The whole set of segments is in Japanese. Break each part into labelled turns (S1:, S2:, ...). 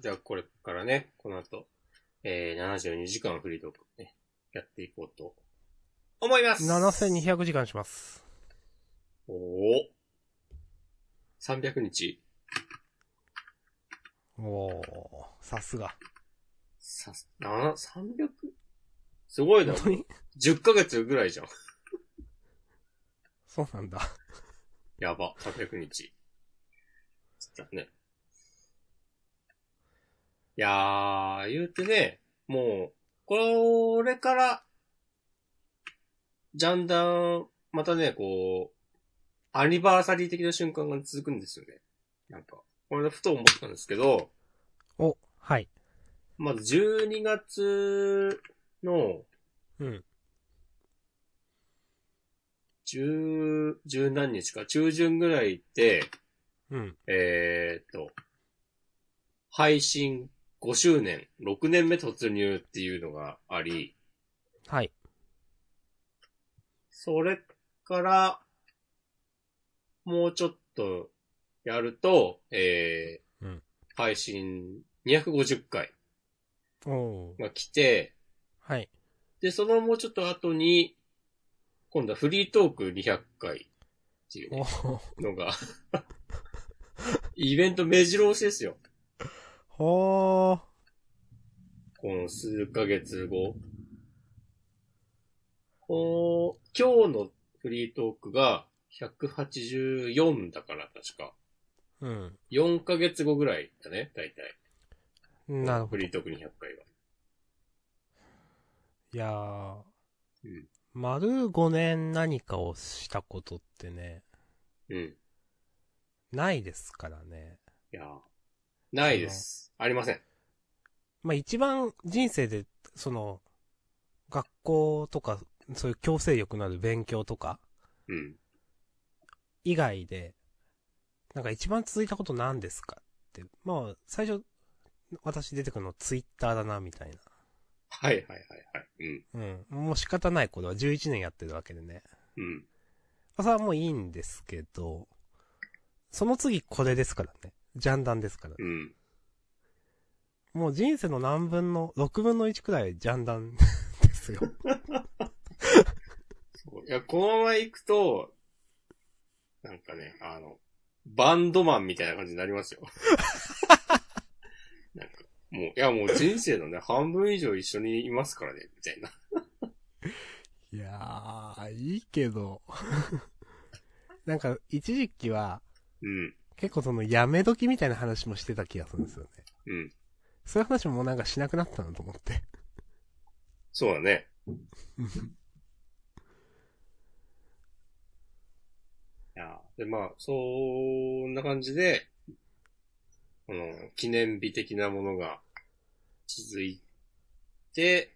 S1: じゃあこれからね、この後、えー、72時間フリートークね、やっていこうと思います。
S2: 7200時間します。
S1: おお。300日。
S2: おー、さすが。
S1: さす、な、300? すごいな
S2: 本。当に
S1: 10ヶ月ぐらいじゃん。
S2: そうなんだ。
S1: やば、300日。つったね。いやー、言うてね、もう、これから、じゃんだん、またね、こう、アニバーサリー的な瞬間が続くんですよね。なんか、これふと思ったんですけど、
S2: お、はい。
S1: まず12月の
S2: うん。
S1: 10、十何日か、中旬ぐらいって、
S2: うん。
S1: えーっと、配信5周年、6年目突入っていうのがあり、
S2: はい。
S1: それから、もうちょっとやると、えー
S2: うん
S1: 配信250回
S2: おー。
S1: が来て、
S2: はい。
S1: で、そのもうちょっと後に、今度はフリートーク200回っていうね
S2: おー。
S1: のが、 イベント目白押しですよ。
S2: ほー。
S1: この数ヶ月後。こう、今日のフリートークが184だから確か。
S2: うん。
S1: 4ヶ月後ぐらいだね、大体。
S2: なるほ
S1: フ
S2: ど。
S1: リートーク200回は。
S2: いやー
S1: うん。
S2: 丸5年何かをしたことってね、
S1: うん。い
S2: ないですからね。
S1: やーないです。ありません。
S2: まあ一番人生で、その、学校とか、そういう強制力のある勉強とか、
S1: うん。
S2: 以外で、なんか一番続いたこと何ですかって、まあ、最初、私出てくるのツイッターだな、みたい
S1: はいはいはいはい。うん。
S2: な。うん。もう仕方ない、これは11年やってるわけでね。
S1: うん。
S2: まあそれはもういいんですけど、その次これですからね。ジャンダンですから。
S1: うん。
S2: もう人生の何分の、6分の1くらいジャンダン ですよ。
S1: そういや、このまま行くと、なんかね、あの、バンドマンみたいな感じになりますよ。 なんか、もう、いやもう人生のね、半分以上一緒にいますからね、みたいな。
S2: いやー、いいけど。 なんか、一時期は、
S1: うん、
S2: 結構その、やめ時みたいな話もしてた気がするんですよね。
S1: うん。
S2: そういう話ももうなんかしなくなったなと思って。
S1: そうだね。いや、で、まあ、そんな感じで、この、記念日的なものが続いて、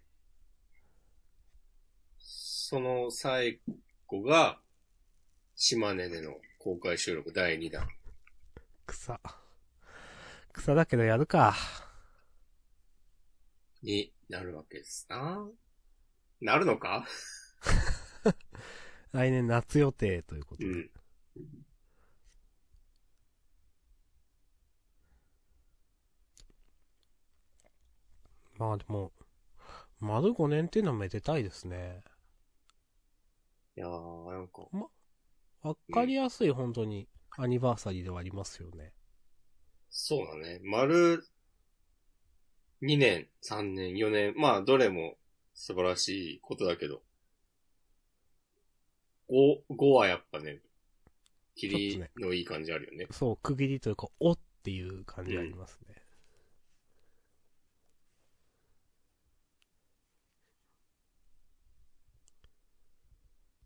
S1: その最後が、島根での公開収録第2弾。
S2: 草。草だけどやるか。
S1: になるわけですな。なるのか
S2: 来年夏予定ということ
S1: う
S2: で。
S1: ん。
S2: まあでも、丸5年っていうのはめでたいですね。
S1: いやー、なんか、
S2: わかりやすい本当にアニバーサリーではありますよね。
S1: そうだね。丸、2年、3年、4年。まあ、どれも素晴らしいことだけど。5、5はやっぱね、切りのいい感じあるよね。
S2: そう、区切りというか、おっていう感じありますね。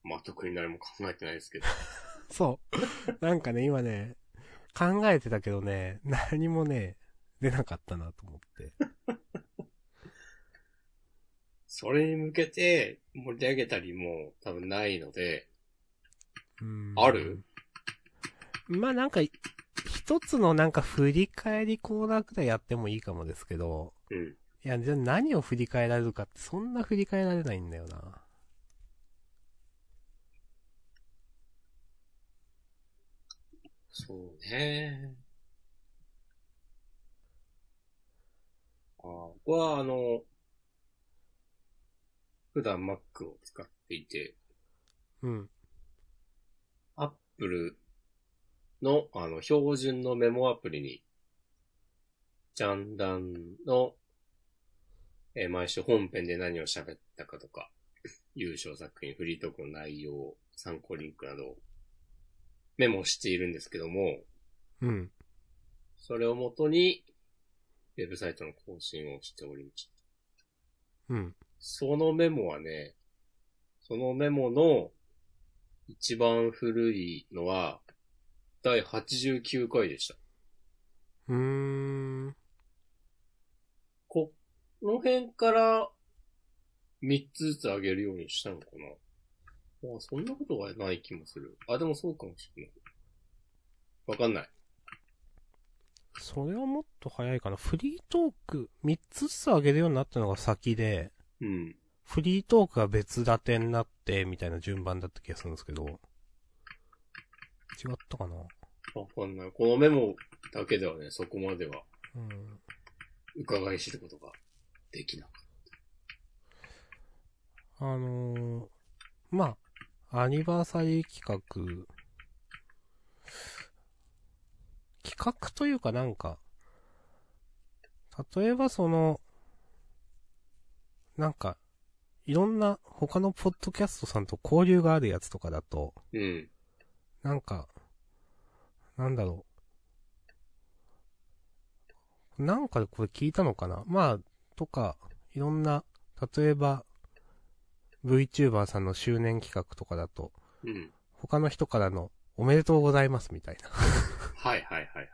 S1: まあ、特に何も考えてないですけど。
S2: そう。 なんかね、今ね、考えてたけどね、何もね、出なかったなと思って。
S1: それに向けて盛り上げたりも多分ないので、
S2: うん
S1: ある
S2: まあなんか、一つのなんか振り返りコーナーくらいやってもいいかもですけど、
S1: うん。
S2: いや、じゃあ何を振り返られるかってそんな振り返られないんだよな。
S1: そうね。僕は、あの、普段 Mac を使っていて、
S2: うん。
S1: Apple の、あの、標準のメモアプリに、ジャンダンの、えー毎週本編で何を喋ったかとか、 優勝作品、フリートークの内容、参考リンクなどをメモしているんですけども、
S2: うん。
S1: それをもとに、ウェブサイトの更新をしておりました。
S2: うん。
S1: そのメモはね、そのメモの一番古いのは、第89回でした。
S2: うーん。
S1: この辺から3つずつ上げるようにしたのかなあそんなことはない気もする。あ、でもそうかもしれない。わかんない。
S2: それはもっと早いかな。フリートーク3つずつ上げるようになったのが先で、
S1: うん。
S2: フリートークが別立てになって、みたいな順番だった気がするんですけど。違ったかな
S1: わかんない。このメモだけではね、そこまでは
S2: うん。
S1: 伺い知ることができなかっ
S2: あのーまあ、アニバーサリー企画、企画というかなんか、例えばその、なんか、いろんな他のポッドキャストさんと交流があるやつとかだと、
S1: た。うん。
S2: なんか、なんだろう。なんかでこれ聞いたのかなまあ、とか、いろんな、例えば、VTuber さんの周年企画とかだと、
S1: うん。
S2: 他の人からの、おめでとうございますみたいな。
S1: はいはいはいはい。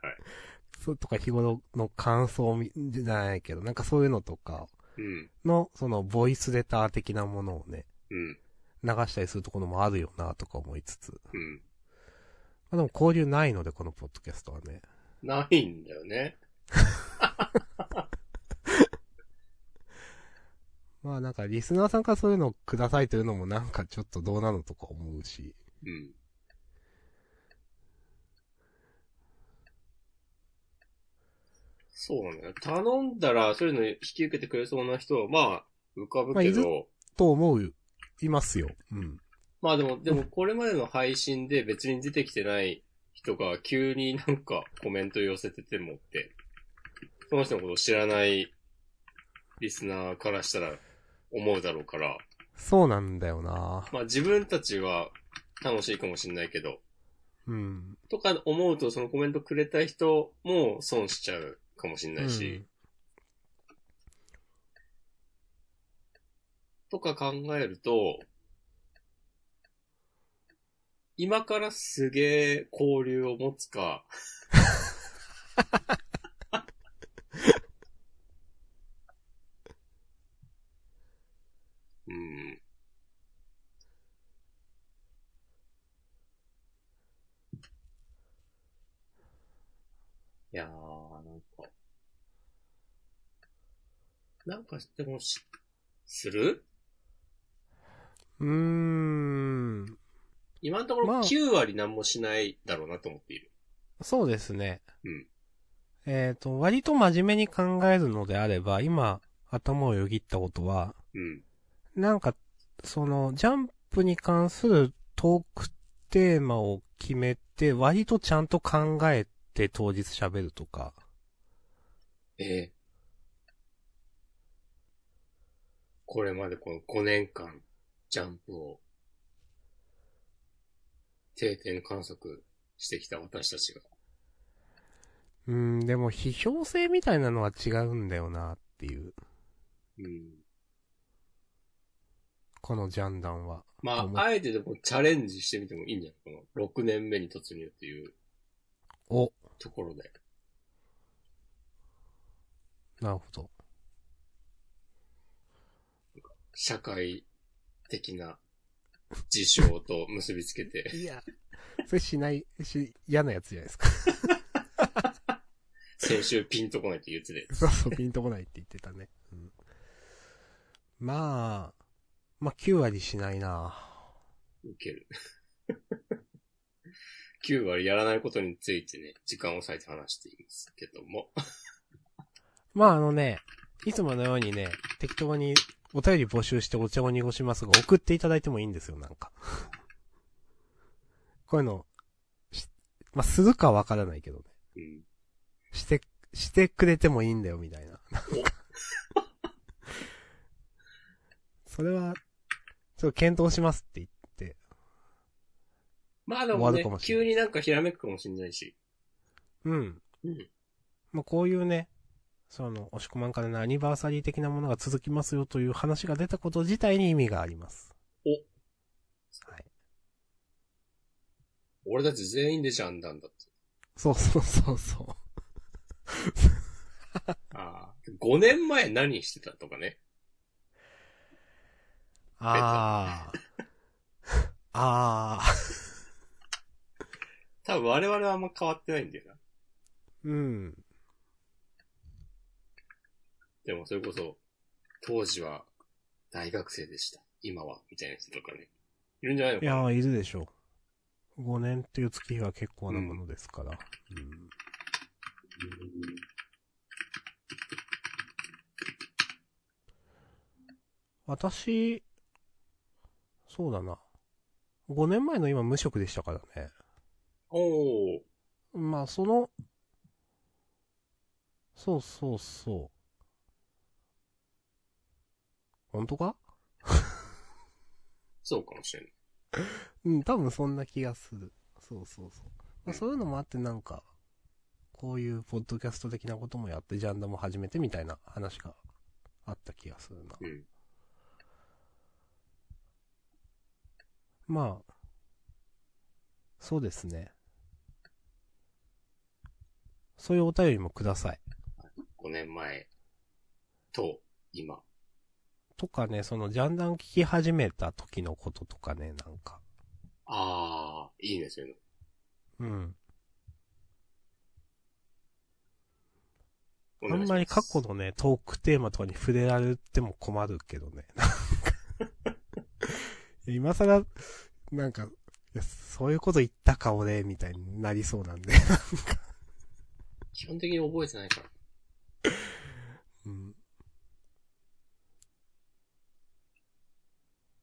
S2: そうとか日頃の感想みじゃないけど、なんかそういうのとか
S1: うん。
S2: の、その、ボイスレター的なものをね、
S1: うん。
S2: 流したりするところもあるよな、とか思いつつ。
S1: うん。
S2: まあでも交流ないので、このポッドキャストはね。
S1: ないんだよね。
S2: まあなんかリスナーさんからそういうのをくださいというのもなんかちょっとどうなのとか思うし。
S1: うん。そうね。頼んだら、そういうの引き受けてくれそうな人は、まあ、浮かぶ
S2: まあ
S1: け
S2: いる
S1: ど、
S2: と思う、いますよ。うん。
S1: まあでも、でもこれまでの配信で別に出てきてない人が急になんかコメント寄せててもって、その人のことを知らないリスナーからしたら思うだろうから、
S2: そうなんだよな
S1: まあ自分たちは楽しいかもしれないけど、
S2: うん。
S1: とか思うと、そのコメントくれた人も損しちゃうかもしれないし、
S2: うん
S1: とか考えると、今からすげえ交流を持つか、 うん。いやー、なんか。なんかでもし、する
S2: うーん。
S1: 今のところ
S2: まあ
S1: 9割何もしないだろうなと思っている。
S2: そうですね。
S1: うん
S2: えっ、と、割と真面目に考えるのであれば、今頭をよぎったことは、
S1: うん。
S2: なんか、その、ジャンプに関するトークテーマを決めて、割とちゃんと考えて当日喋るとか。
S1: ええこれまでこの5年間、ジャンプを、定点観測してきた私たちが。
S2: うん、でも批評性みたいなのは違うんだよなっていう、
S1: うん。
S2: このジャンダンは。
S1: まあ、あえてでもチャレンジしてみてもいいんじゃないかな。6年目に突入っていう
S2: お、
S1: ところで。
S2: なるほど。
S1: 社会的な事象と結びつけて。
S2: いや、それしない、し、嫌なやつじゃないですか。
S1: 先週ピンとこないって言ってて。
S2: そうそう、ピンとこないって言ってたね。うん、まあ、まあ9割しないな
S1: 受ける。9割やらないことについてね、時間を割いて話していますけども。
S2: まああのね、いつものようにね、適当にお便り募集してお茶を濁しますが、送っていただいてもいいんですよ、なんか。 こういうの、しまあ、するかわからないけどね。
S1: うん。
S2: して、してくれてもいいんだよ、みたいな。なんかそれは、ちょっと検討しますって言って
S1: まあでも
S2: 終わ
S1: ね
S2: るかも、し
S1: 急
S2: れない
S1: になんかひらめくかもしれないし。
S2: うん。
S1: うん
S2: まあ、こういうね、その、押し込まんからのアニバーサリー的なものが続きますよという話が出たこと自体に意味があります。
S1: お
S2: はい。
S1: 俺たち全員でジャンダンだって。
S2: そうそうそうそ
S1: ああ。5年前何してたとかね。
S2: う。ああ。ああ。
S1: 多分我々はあんま変わってないんだよな。
S2: うん。
S1: でもそれこそ、当時は大学生でした。今は、みたいな人とかね。いるんじゃないの
S2: い
S1: かな
S2: やー、いるでしょう。5年っていう月日は結構なものですから。うん私、そうだな。5年前の今無職でしたからね。
S1: おー。
S2: まあ、その、そうそうそう。本当か
S1: そうかもしれない。
S2: うん、多分そんな気がする。そうそうそう。まあ、そういうのもあってなんか、こういうポッドキャスト的なこともやって、ジャンダも始めてみたいな話があった気がするな。
S1: うん。
S2: まあ、そうですね。そういうお便りもください。
S1: 5年前と、今。
S2: とかね、そのジャンダン聞き始めた時のこととかね、なんか。
S1: ああ、いいね、そういうの。
S2: うん。
S1: お
S2: あ
S1: 願い
S2: ん
S1: し
S2: まり過去
S1: す
S2: のね、トークテーマとかに触れられても困る けどね。なんかいや今更、なんか、いやそういうこと言ったか俺、みたいになりそうなんで。
S1: 基本的に覚えてないから。
S2: うん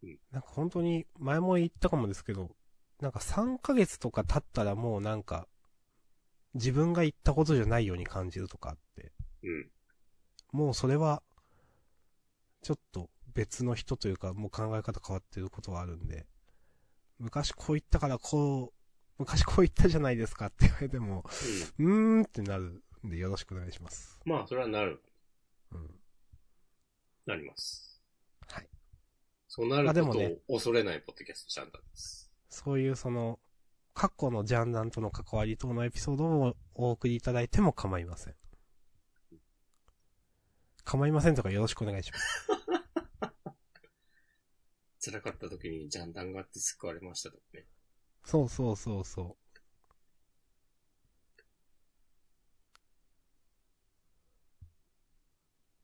S1: うん
S2: なんか本当に、前も言ったかもですけど、なんか3ヶ月とか経ったらもうなんか、自分が言ったことじゃないように感じるとかあって。
S1: うん。
S2: もうそれは、ちょっと別の人というか、もう考え方変わってることはあるんで、昔こう言ったからこう、昔こう言ったじゃないですかって言われても、うーんってなるんでよろしくお願いします。
S1: うん。まあ、それはなる、
S2: うん。
S1: なります。
S2: はい。
S1: そうなる
S2: あで
S1: こ
S2: も
S1: と
S2: ね
S1: を恐れないポッドキャストジャンダンです。
S2: そういうその、過去のジャンダンとの関わり等のエピソードをお送りいただいても構いません。構いませんとかよろしくお願いします。
S1: 辛かった時にジャンダンがあって救われましたとかね。
S2: そうそうそうそう。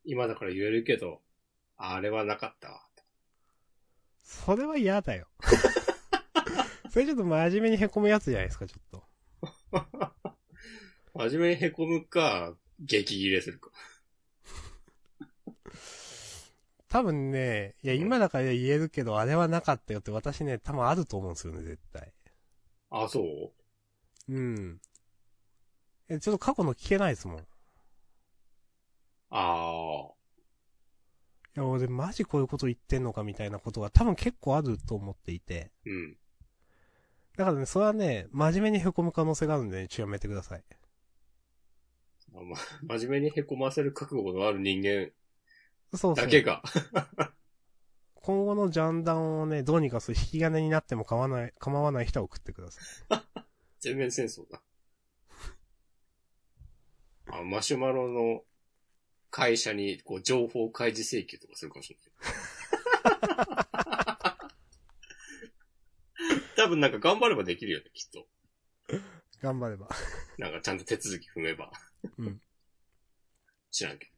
S1: 今だから言えるけど、あれはなかったわ。
S2: それは嫌だよ。それちょっと真面目に凹むやつじゃないですか、ちょっと。
S1: 真面目に凹むか、激切れするか。
S2: 多分ね、いや、今だから言えるけど、あれはなかったよって私ね、多分あると思うんですよね、絶対。
S1: あ、そう
S2: うん。え、ちょっと過去の聞けないですもん。い
S1: ああ。
S2: や、俺マジこういうこと言ってんのかみたいなことが多分結構あると思っていて。
S1: うん。
S2: だからね、それはね、真面目に凹む可能性があるんでね、ちょっとやめてください。
S1: あま、真面目に凹ませる覚悟のある人間
S2: そうそう。
S1: だけが。
S2: 今後のジャンダンをね、どうにかする引き金になっても構わない、構わない人は送ってください。
S1: 全面戦争だ。 あ、マシュマロの会社に、こう、情報開示請求とかするかもしれない。 多分なんか頑張ればできるよね、きっと。
S2: 頑張れば。
S1: なんかちゃんと手続き踏めば。
S2: うん。
S1: 知らんけど。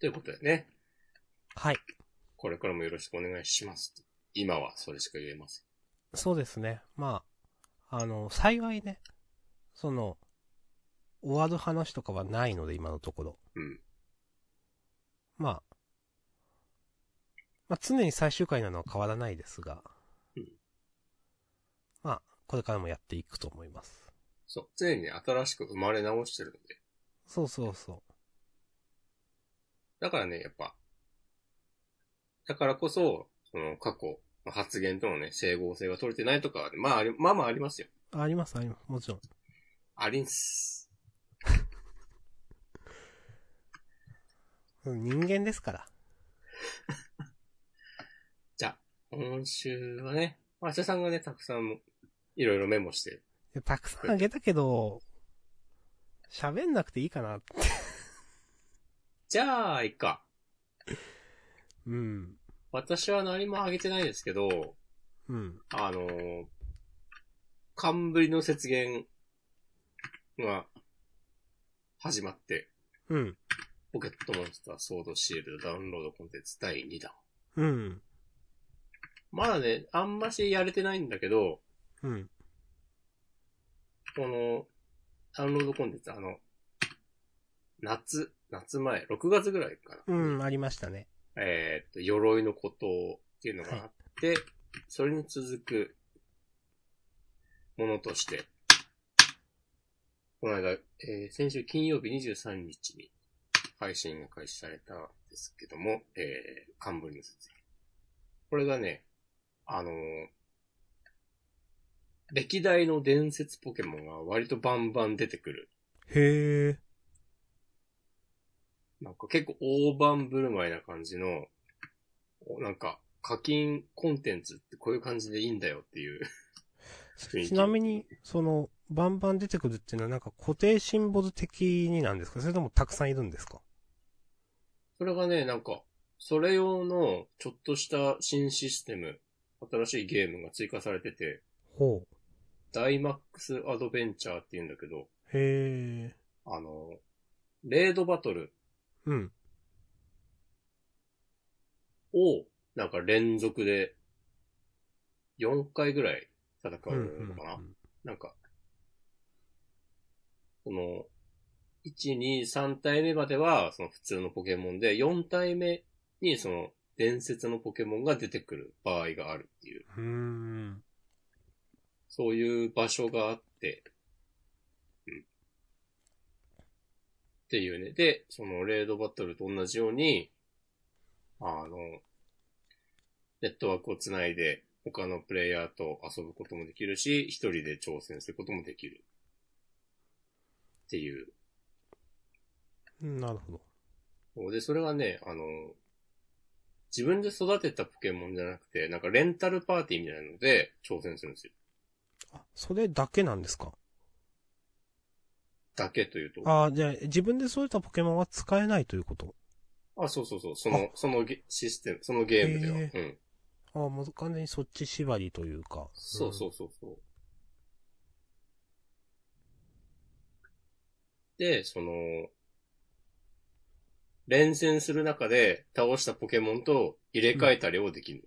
S1: ということでね、
S2: はい。
S1: これからもよろしくお願いします。今はそれしか言えません。
S2: そうですね。まあ、あの、幸いね、その、終わる話とかはないので、今のところ。
S1: うん
S2: まあ、まあ常に最終回なのは変わらないですが、
S1: うん
S2: まあ、これからもやっていくと思います。
S1: そう。常にね新しく生まれ直してるので。
S2: そうそうそ
S1: だからね、やっぱ。だからこそ、その過去の発言とのね、整合性が取れてないとかはね、まああり、まあまあありますよ。
S2: う。あります、あります。もちろん。
S1: ありんす。
S2: うん人間ですから。
S1: 今週はね、まあ、社さんがね、たくさん、いろいろメモして、
S2: いやたくさんあげたけど、喋んなくていいかな。
S1: じゃあ、いっか。
S2: うん。
S1: 私は何もあげてないですけど、
S2: うん。
S1: あのー、冠の節言が始まって、
S2: うん。
S1: ポケットモンスターソードシールドダウンロードコンテンツ第2弾。
S2: うん。
S1: まだね、あんましやれてないんだけど、
S2: うん。
S1: この、ダウンロードコンテンツ、あの、夏、夏前、6月ぐらいかな。
S2: うん、ありましたね。
S1: えーっと、鎧の孤島っていうのがあって、それに続くものとして、この間、えー先週金曜日23日に配信が開始されたんですけども、えー、冠の説明。これがね、あのー歴代の伝説ポケモンが割とバンバン出てくる。
S2: へえ。
S1: なんか結構大盤振る舞いな感じの、おなんか課金コンテンツってこういう感じでいいんだよっていう。 雰囲気
S2: ちなみに、その、バンバン出てくるっていうのはなんか固定シンボル的になんですかそれともたくさんいるんですか
S1: それがね、なんか、それ用のちょっとした新システム、新しいゲームが追加されてて、
S2: ほう。
S1: ダイマックスアドベンチャーって言うんだけど、
S2: へえ。
S1: あの、レードバトル
S2: うん。
S1: を、なんか連続で、4回ぐらい戦
S2: うん
S1: うのかな、
S2: うん
S1: なんか、この、1、2、3体目までは、その普通のポケモンで、4体目にその伝説のポケモンが出てくる場合があるっていう、
S2: うん。うん。
S1: そういう場所があって、うん。っていうね。で、そのレードバトルと同じように、あの、ネットワークをつないで、他のプレイヤーと遊ぶこともできるし、一人で挑戦することもできる。っていう。
S2: うんなるほど。
S1: で、それはね、あの、自分で育てたポケモンじゃなくて、なんかレンタルパーティーみたいなので挑戦するんですよ。
S2: あ、それだけなんですか
S1: だけというと。
S2: ああ、じゃあ、自分で育てたポケモンは使えないということ
S1: あ、そうそうそう。その、そのゲシステム、そのゲームでは。
S2: へ
S1: うん。
S2: ああ、もう完全にそっち縛りというか。
S1: そうそううそうそう。で、その、連戦する中で倒したポケモンと入れ替えたりをできる。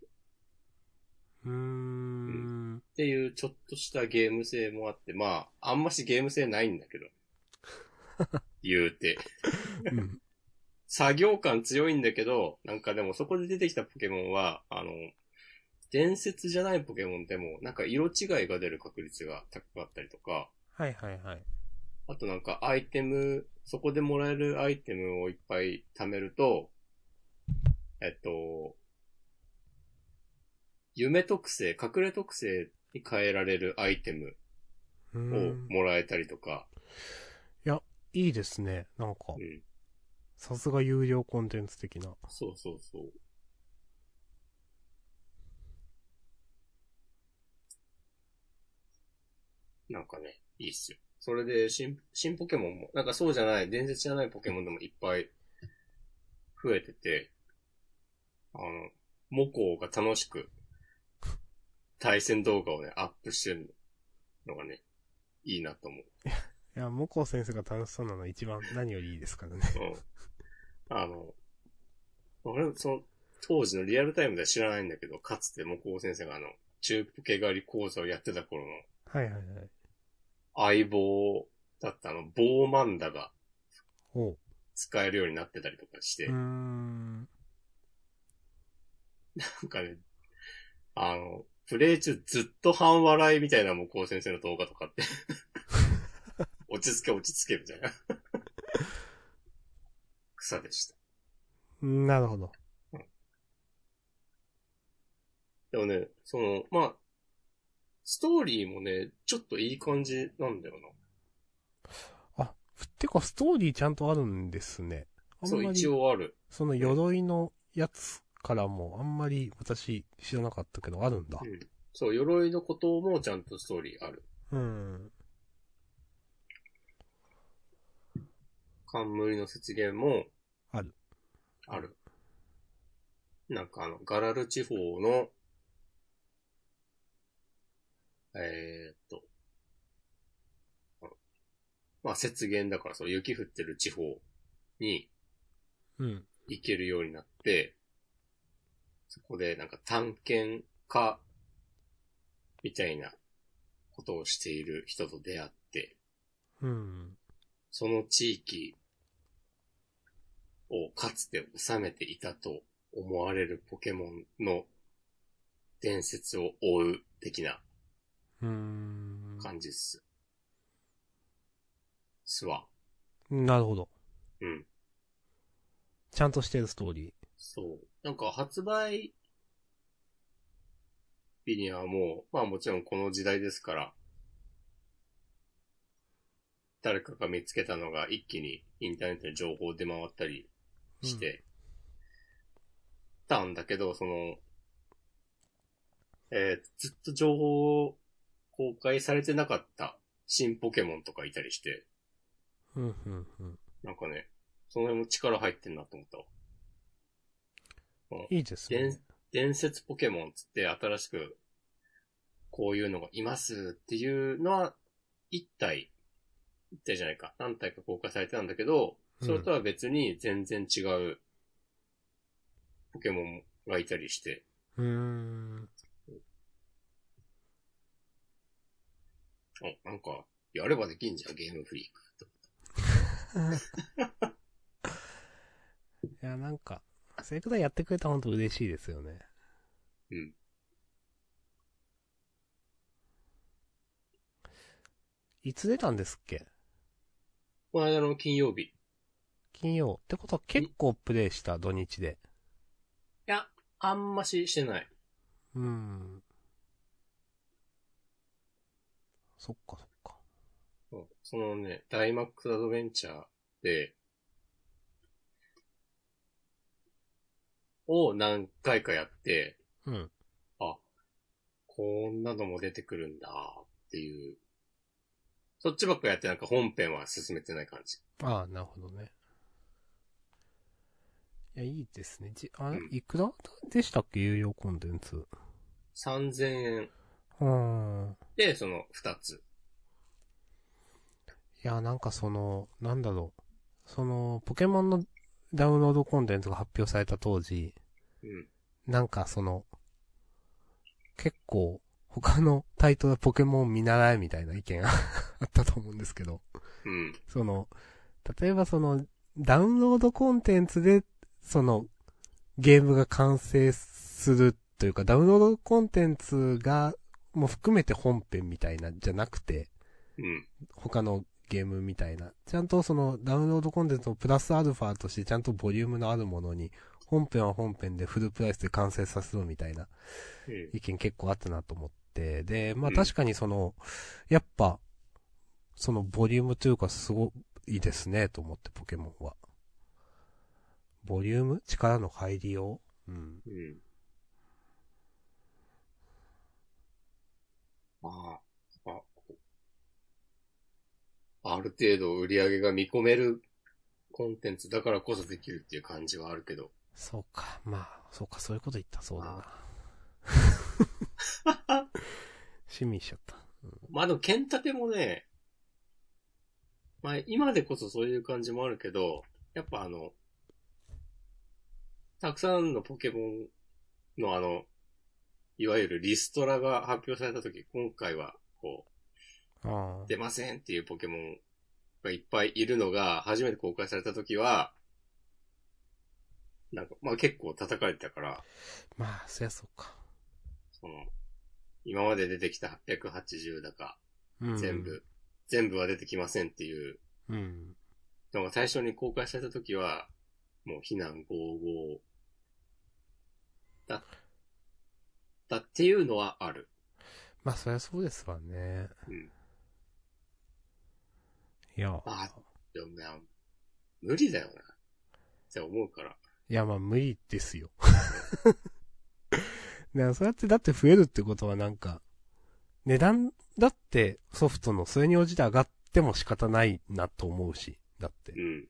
S2: ん。うーん。
S1: っていうちょっとしたゲーム性もあって、まあ、あんましゲーム性ないんだ けど。言うて。
S2: うん。
S1: 作業感強いんだけど、なんかでもそこで出てきたポケモンは、あの、伝説じゃないポケモンでも、なんか色違いが出る確率が高かったりとか、
S2: はいはいはい。
S1: あとなんかアイテム、そこでもらえるアイテムをいっぱい貯めると、えっと、夢特性、隠れ特性に変えられるアイテム
S2: うー
S1: を
S2: ん。
S1: もらえたりとか、
S2: いいですね。なんか
S1: う、ん。
S2: さすが有料コンテンツ的な。
S1: そうそうそう。なんかね、いいっすよ。それで新、新ポケモンも、なんかそうじゃない、伝説じゃないポケモンでもいっぱい増えてて、あの、モコウが楽しく対戦動画をね、アップしてるのがね、いいなと思う。
S2: いや、モコ先生が楽しそうなのは一番何よりいいですか らね。
S1: うん。あの、俺、その、当時のリアルタイムでは知らないんだけど、かつて木工先生があの、中ポケ狩り講座をやってた頃の
S2: はいはいはい。
S1: 相棒だったの、棒マンダが
S2: おう。
S1: 使えるようになってたりとかして、
S2: うーん。
S1: なんかね、あの、プレイ中ずっと半笑いみたいなもこう先生の動画とか って。落ち着け落ち着けみたいな。草でした。
S2: なるほど。
S1: でもね、その、まあ、ストーリーもね、ちょっといい感じなんだよ
S2: あ、てかストーリーちゃんとあるんですね。あ
S1: な。
S2: ん
S1: そう、
S2: まり
S1: 一、応ある。
S2: その鎧のやつからもあんまり私知らなかったけど、あるんだ
S1: う。ん。そう、鎧のこともちゃんとストーリーある。
S2: うん。
S1: 冠の雪原も、
S2: ある。
S1: ある。なんかあの、ガラル地方の、えー、っと、あのまあ、雪原だから、その雪降ってる地方に
S2: うん。
S1: 行けるようになって、そこでなんか探検家、みたいなことをしている人と出会って、
S2: うん。
S1: その地域をかつて治めていたと思われるポケモンの伝説を追う的な
S2: うーん。
S1: 感じっす。すわ。
S2: なるほど。
S1: うん。
S2: ちゃんとしてるストーリー。
S1: そう。なんか発売日にはもう、まあもちろんこの時代ですから、誰かが見つけたのが一気にインターネットで情報出回ったりしてたんだけど、その、えーずっと情報公開されてなかった新ポケモンとかいたりして、
S2: うん、うん、うん。
S1: なんかね、その辺も力入ってんなと思ったわ。
S2: いいですね
S1: 伝。伝説ポケモンつって新しく、こういうのがいますっていうのは、一体、一体じゃないか、何体か公開されてたんだけど、それとは別に全然違うポケモンがいたりして、
S2: うーん。
S1: あ、なんか、やればできんじゃん、ゲームフリーク。
S2: いや、なんか、生徒代やってくれたら本当嬉しいですよね。
S1: うん。
S2: いつ出たんですっけ
S1: この間の金曜日。い
S2: 金曜。ってことは結構プレイした、土日で。
S1: や、あんまししてない。
S2: うん。そっかそっか。
S1: そうそのね、ダイマックスアドベンチャーで、を何回かやって、
S2: うん。
S1: こんなのも出てくるんだっていう。そっちばっかやってなんか本編は進めてない感じ。
S2: ああ、なるほどね。いや、いいですね。じ、あれ
S1: うん、
S2: いくらでしたっけ有料コンテンツ。
S1: 3000円
S2: うーん。
S1: で、その2つ。
S2: いや、なんかその、なんだろう。その、ポケモンのダウンロードコンテンツが発表された当時、
S1: うん。
S2: なんかその、結構、他のタイトルポケモン見習えみたいな意見が あったと思うんですけど、
S1: うん。
S2: その、例えばその、ダウンロードコンテンツで、その、ゲームが完成するというか、ダウンロードコンテンツが、もう含めて本編みたいな、じゃなくて、
S1: うん。
S2: 他のゲームみたいな。ちゃんとそのダウンロードコンテンツをプラスアルファとしてちゃんとボリュームのあるものに、本編は本編でフルプライスで完成させろみたいな
S1: うん。
S2: 意見結構あったなと思って。で、まあ
S1: うん
S2: 確かにその、やっぱ、そのボリュームというかすごいですねと思ってポケモンは。ボリューム力の入りよううん。
S1: うん。まあ、あ、ある程度売り上げが見込めるコンテンツだからこそできるっていう感じはあるけど。
S2: そうか、まあ、そうか、そういうこと言ったそうだな。 趣味しちゃった。
S1: まあでも、剣立てもね、まあ今でこそそういう感じもあるけど、やっぱあの、たくさんのポケモンのあの、いわゆるリストラが発表された時、今回はこう、
S2: ああ。
S1: 出ませんっていうポケモンがいっぱいいるのが、初めて公開された時は、なんか、まあ結構叩かれてたから、
S2: まあ、そりゃそうか。
S1: その、今まで出てきた880だか、
S2: うん
S1: 全部、。全部は出てきませんっていう
S2: うん。
S1: のが最初に公開された時は、もう非難合々だったっていうのはある。
S2: まあ、そりゃそうですわね。
S1: うん。
S2: いや、
S1: あでもな、無理だよな。って思うから。
S2: いや、まあ、無理ですよ。 ね、そうやって、だって増えるってことはなんか、値段、だってソフトのそれに応じて上がっても仕方ないなと思うし、だって
S1: う。ん。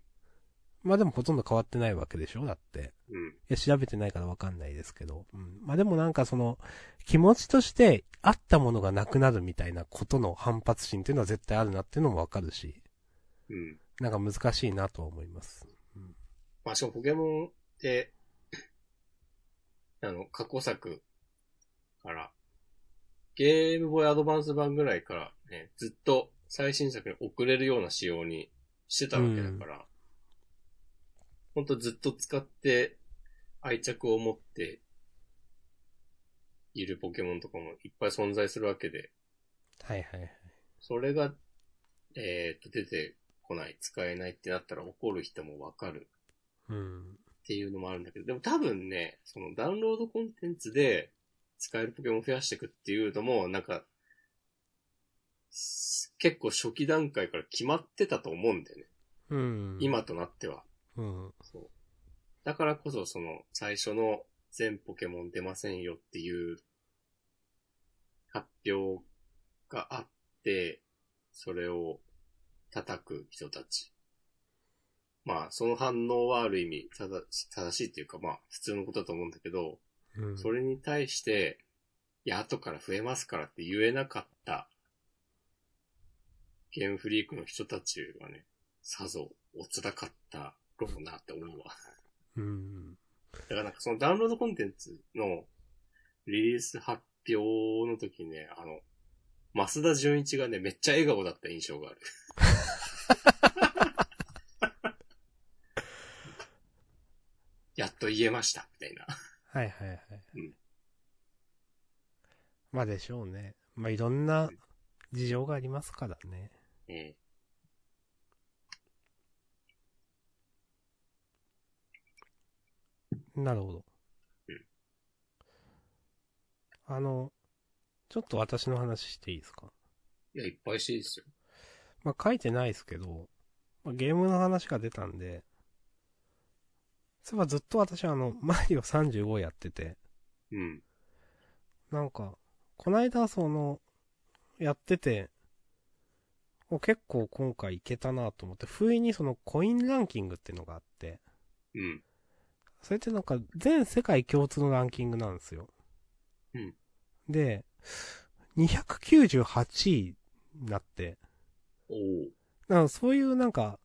S2: まあでもほとんど変わってないわけでしょだって。
S1: うん。
S2: いや、調べてないからわかんないですけど。うん。まあでもなんかその、気持ちとして、あったものがなくなるみたいなことの反発心っていうのは絶対あるなっていうのもわかるし、
S1: うん。
S2: なんか難しいなとは思います。
S1: まあ、しかもポケモンって、 あの、過去作から、ゲームボーイアドバンス版ぐらいからね、ずっと最新作に遅れるような仕様にしてたわけだから、ほんとずっと使って愛着を持っているポケモンとかもいっぱい存在するわけで、
S2: はいはいはい。
S1: それが、えーっと、出てこない、使えないってなったら怒る人もわかる
S2: うん。
S1: っていうのもあるんだけど、でも多分ね、そのダウンロードコンテンツで使えるポケモンを増やしていくっていうのも、なんか、す結構初期段階から決まってたと思うんだよね。
S2: うん。。
S1: 今となっては。
S2: うん。
S1: そう。だからこそその最初の全ポケモン出ませんよっていう発表があって、それを叩く人たち。まあ、その反応はある意味正し正しいっていうかまあ、普通のことだと思うんだけど、
S2: うん。
S1: それに対して、いや、後から増えますからって言えなかった、ゲームフリークの人たちはね、さぞお辛かったろうなって思うわ。
S2: うん。
S1: だからなんかそのダウンロードコンテンツのリリース発表の時にね、あの、増田純一がね、めっちゃ笑顔だった印象がある。 やっと言えました、みたいな。
S2: はいはいはい。
S1: うん
S2: まあでしょうね。まあいろんな事情がありますからね。
S1: ええ
S2: なるほど
S1: うん。
S2: あの、ちょっと私の話していいですか
S1: いや、いっぱいしていいですよ。
S2: まあ書いてないですけど、まあ、ゲームの話が出たんで、そういえばずっと私はあの、マリオ35やってて、
S1: うん。
S2: なんか、こないだその、やってて、もう結構今回いけたなと思って、不意にそのコインランキングっていうのがあって、
S1: うん。
S2: それってなんか全世界共通のランキングなんですよ。
S1: うん
S2: で、298位になって、
S1: おお。
S2: なんかそういうなんか、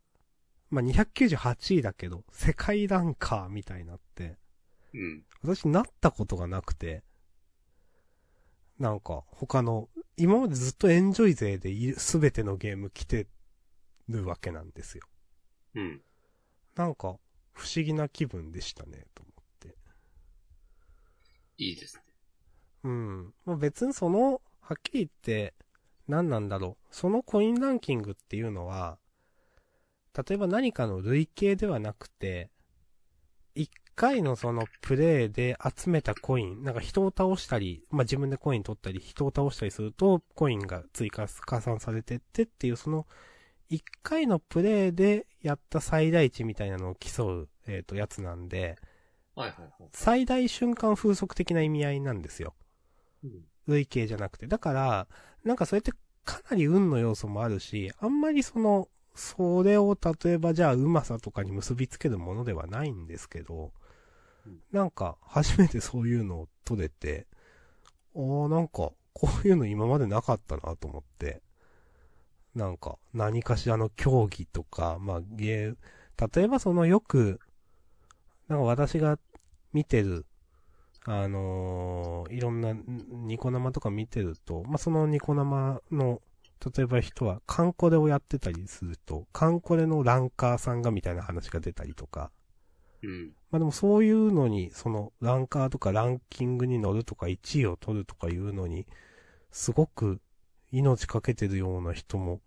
S2: まあ、298位だけど、世界ランカーみたいになって、
S1: うん。
S2: 私なったことがなくて、なんか他の、今までずっとエンジョイ勢でい全てのゲーム来てるわけなんですよ。
S1: うん。
S2: なんか不思議な気分でしたね、と思って。
S1: いいですね。
S2: うん。まあ、別にその、はっきり言って、何なんだろう。そのコインランキングっていうのは、例えば何かの累計ではなくて、一回のそのプレイで集めたコイン、なんか人を倒したり、まあ、自分でコイン取ったり、人を倒したりすると、コインが追加、加算されてってっていう、その、一回のプレイでやった最大値みたいなのを競う、えっ、と、やつなんで、
S1: はいはいはい。
S2: 最大瞬間風速的な意味合いなんですよ。
S1: うん。
S2: 類型じゃなくて。だから、なんかそれってかなり運の要素もあるし、あんまりその、それを例えばじゃあうまさとかに結びつけるものではないんですけど
S1: うん、
S2: なんか初めてそういうのを取れて、おーなんかこういうの今までなかったなと思って、なんか何かしらの競技とか、まあゲー、例えばそのよく、なんか私が見てるあのーいろんなニコ生とか見てると、まあ、そのニコ生の例えば人は、カンコレをやってたりすると、カンコレのランカーさんがみたいな話が出たりとか、
S1: うん。
S2: まあでもそういうのに、その、ランカーとかランキングに乗るとか、1位を取るとかいうのに、すごく命かけてるような人も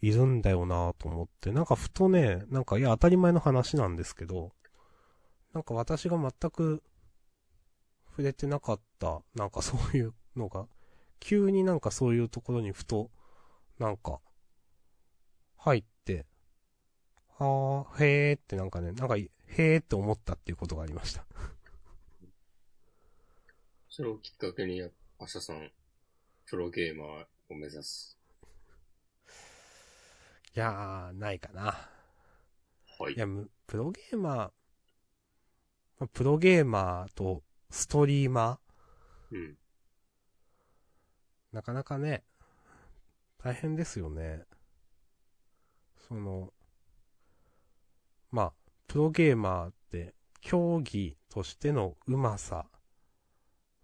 S2: いるんだよなと思って、なんかふとね、なんか、いや、当たり前の話なんですけど、なんか私が全く触れてなかった、なんかそういうのが、急になんかそういうところにふと、なんか、入って、はあ、へーってなんかね、なんかい、へーって思ったっていうことがありました。
S1: それをきっかけに、アシャさん、プロゲーマーを目指す。
S2: いやー、ないかな。
S1: はい
S2: い。や、むプロゲーマーまあ、プロゲーマーとストリーマ
S1: うん。
S2: ー、なかなかね、大変ですよね。その、まあ、プロゲーマーって、競技としてのうまさ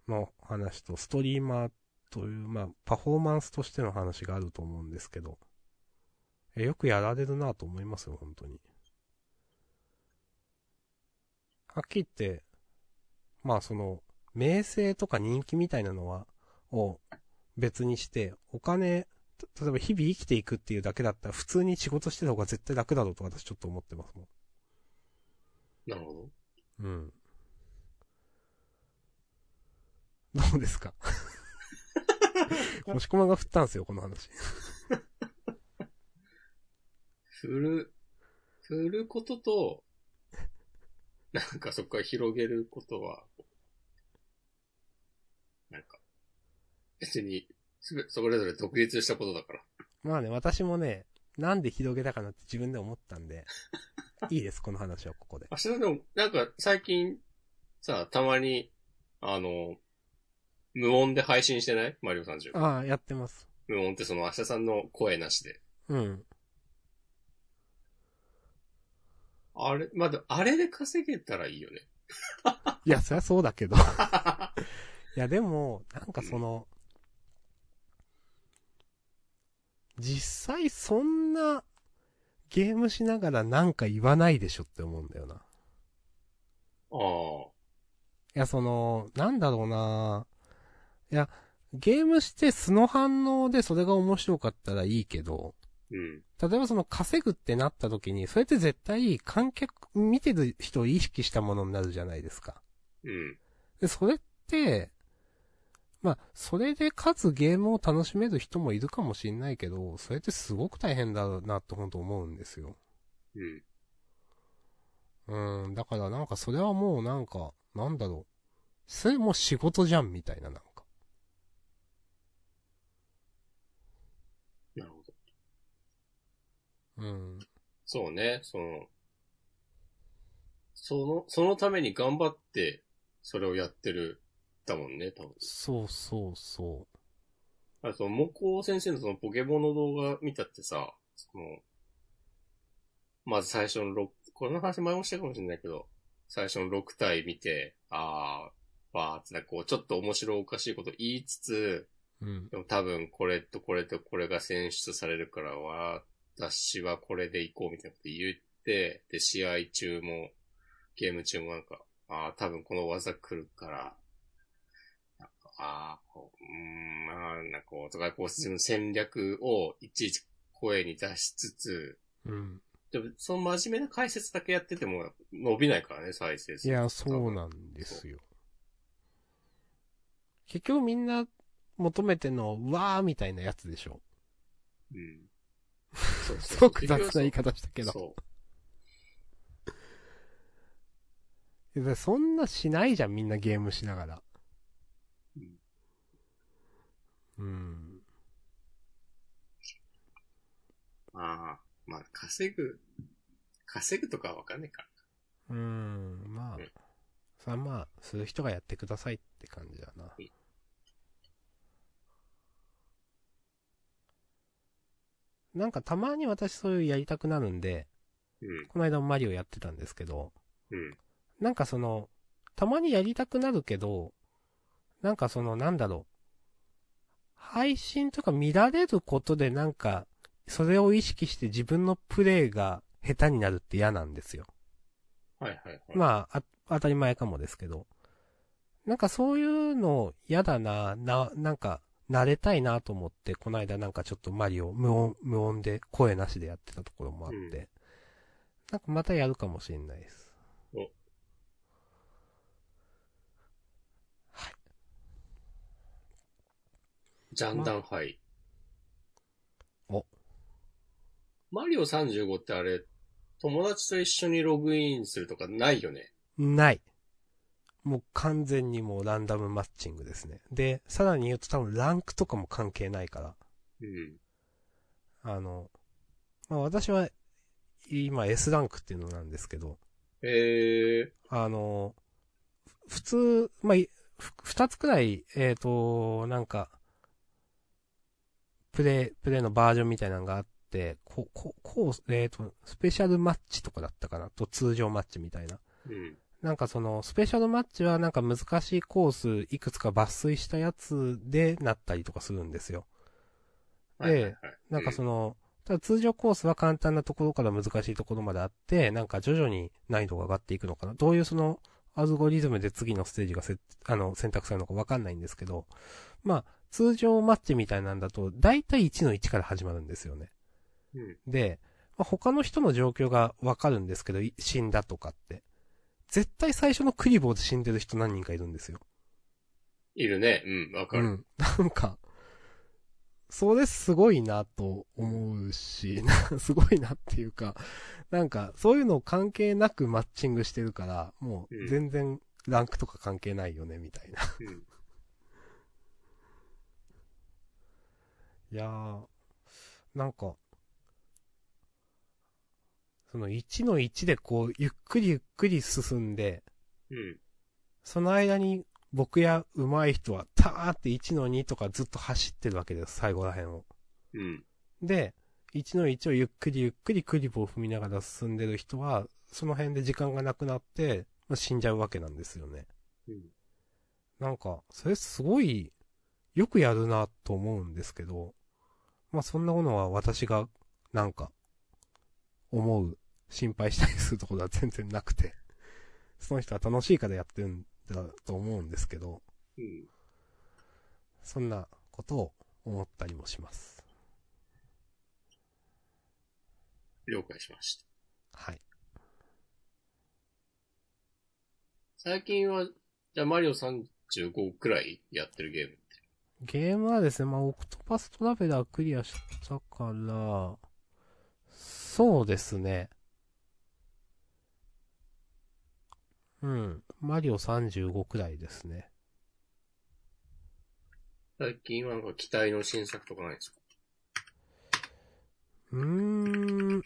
S2: の話と、ストリーマーという、まあ、パフォーマンスとしての話があると思うんですけど、えよくやられるなと思いますよ、本当に。はっきり言って、まあその、名声とか人気みたいなのは、を別にして、お金、た例えば日々生きていくっていうだけだったら、普通に仕事してた方が絶対楽だろうと私ちょっと思ってますもん。
S1: なるほど。
S2: うん。どうですか もしこまが振ったんですよ、この話。
S1: 振る、振ることと、 なんかそこから広げることは、なんか、別に、すべ、それぞれ独立したことだから。
S2: まあね、私もね、なんで広げたかなって自分で思ったんで、いいです、この話はここで。
S1: あ、それでも、なんか最近、さ、たまに、あの、無音で配信してないマリオ30。
S2: ああ、やってます。
S1: 無音ってその、明日さんの声なしで。
S2: うん。
S1: あれ、まあ、でもあれで稼げたらいいよね。
S2: いや、そりゃそうだけど。いや、でも、なんかその、実際そんなゲームしながらなんか言わないでしょって思うんだよな。
S1: ああ。
S2: いや、その、なんだろうないや、ゲームして素の反応でそれが面白かったらいいけど、
S1: うん。
S2: 例えばその稼ぐってなった時に、それって絶対観客、見てる人を意識したものになるじゃないですか。
S1: うん。
S2: で、それって、まあ、それでかつゲームを楽しめる人もいるかもしんないけど、それってすごく大変だなって本当思うんですよ。
S1: うん。
S2: うん、だからなんかそれはもうなんか、なんだろう。それもう仕事じゃんみたいななんか。
S1: なるほど。
S2: うん。
S1: そうね、その、その、そのために頑張って、それをやってる、だもんね、多分。
S2: そうそうそ
S1: あと、木工先生のそのポケモンの動画見たってさ、その、まず最初の6、この話前もしたかもしれないけど、最初の6体見て、あー、わーってなんかこう、ちょっと面白おかしいこと言いつつ、
S2: う。うん。
S1: でも多分これとこれとこれが選出されるから、私はこれで行こうみたいなこと言って、で、試合中も、ゲーム中もなんか、ああ、多分この技来るから、なんか、ああ、こううーん、まあ、なんかこう、お互いこう、自分の戦略をいちいち声に出しつつ、
S2: うん。
S1: でも、その真面目な解説だけやってても伸びないからね、再生数
S2: いや、そうなんですよ。結局みんな求めてんの、うわーみたいなやつでしょ。
S1: うん。 そうそう
S2: すごく雑な言い方したけど。
S1: そう。
S2: いやそんなしないじゃん、みんなゲームしながら。うん。
S1: ああ、まあ、稼ぐ、稼ぐとかはわかんないか。
S2: うん、まあ
S1: うん、
S2: それはまあ、する人がやってくださいって感じだな。なんかたまに私そういうやりたくなるんで、
S1: うん、
S2: この間もマリオやってたんですけど、
S1: うん、
S2: なんかその、たまにやりたくなるけど、なんかその、なんだろう。配信とか見られることでなんか、それを意識して自分のプレイが下手になるって嫌なんですよ。
S1: はいはいはい。
S2: まあ、あ、当たり前かもですけど。なんかそういうの嫌だな、な、なんか、慣れたいなと思って、この間なんかちょっとマリオ無音、無音で声なしでやってたところもあって、
S1: うん
S2: なんかまたやるかもしれないです。
S1: お
S2: はい。
S1: ジャンダンハイ。
S2: お
S1: マリオ35ってあれ、友達と一緒にログインするとかないよね。
S2: ない。もう完全にもうランダムマッチングですね。で、さらに言うと多分ランクとかも関係ないから。
S1: うん。
S2: あの、まあ、私は、今 S ランクっていうのなんですけど、
S1: え
S2: あの、ふ普通、まあ、いふ二つくらい、えっ、と、なんか、プレイ、プレイのバージョンみたいなのがあって、こう、こう、こう、えっ、と、スペシャルマッチとかだったかなと通常マッチみたいな。
S1: ー、うん。
S2: なんかその、スペシャルマッチはなんか難しいコースいくつか抜粋したやつでなったりとかするんですよ。
S1: はいはいはい。
S2: なんか
S1: の、
S2: その、ただ通常コースは簡単なところから難しいところまであって、なんか徐々に難易度が上がっていくのかな。どういうその、アルゴリズムで次のステージがせあの選択されるのかわかんないんですけど、まあ、通常マッチみたいなんだと、だいたい1の1から始まるんですよね。
S1: うん。
S2: で、まあ、他の人の状況がわかるんですけど、い死んだとかって。絶対最初のクリボーで死んでる人何人かいるんですよ。
S1: いるね。うん、わか
S2: う
S1: る。
S2: ん。 なんか、それすごいなと思うし、 なすごいなっていうか、なんかそういうの関係なくマッチングしてるから、も
S1: うん
S2: う全然ランクとか関係ないよね、みたいな。
S1: うん
S2: いやー、なんか、その1の1でこう、ゆっくりゆっくり進んで、
S1: うん。
S2: その間に僕や上手い人は、たーって1の2とかずっと走ってるわけです、最後ら辺を。
S1: うん。
S2: で、1の1をゆっくりゆっくりクリボーを踏みながら進んでる人は、その辺で時間がなくなって、まあ、死んじゃうわけなんですよね。
S1: うん。
S2: なんか、それすごい、よくやるなと思うんですけど、まあそんなものは私が、なんか、思う、心配したりするところは全然なくて、その人は楽しいからやってるんだと思うんですけど、
S1: うん。
S2: そんなことを思ったりもします。
S1: 了解しました。
S2: はい。
S1: 最近は、じゃあマリオ35くらいやってるゲーム。
S2: ゲームはですね、まあ、オクトパストラベラークリアしたから、そうですね。うん。マリオ35くらいですね。
S1: 最近はなんか期待の新作とかないですか
S2: うーん。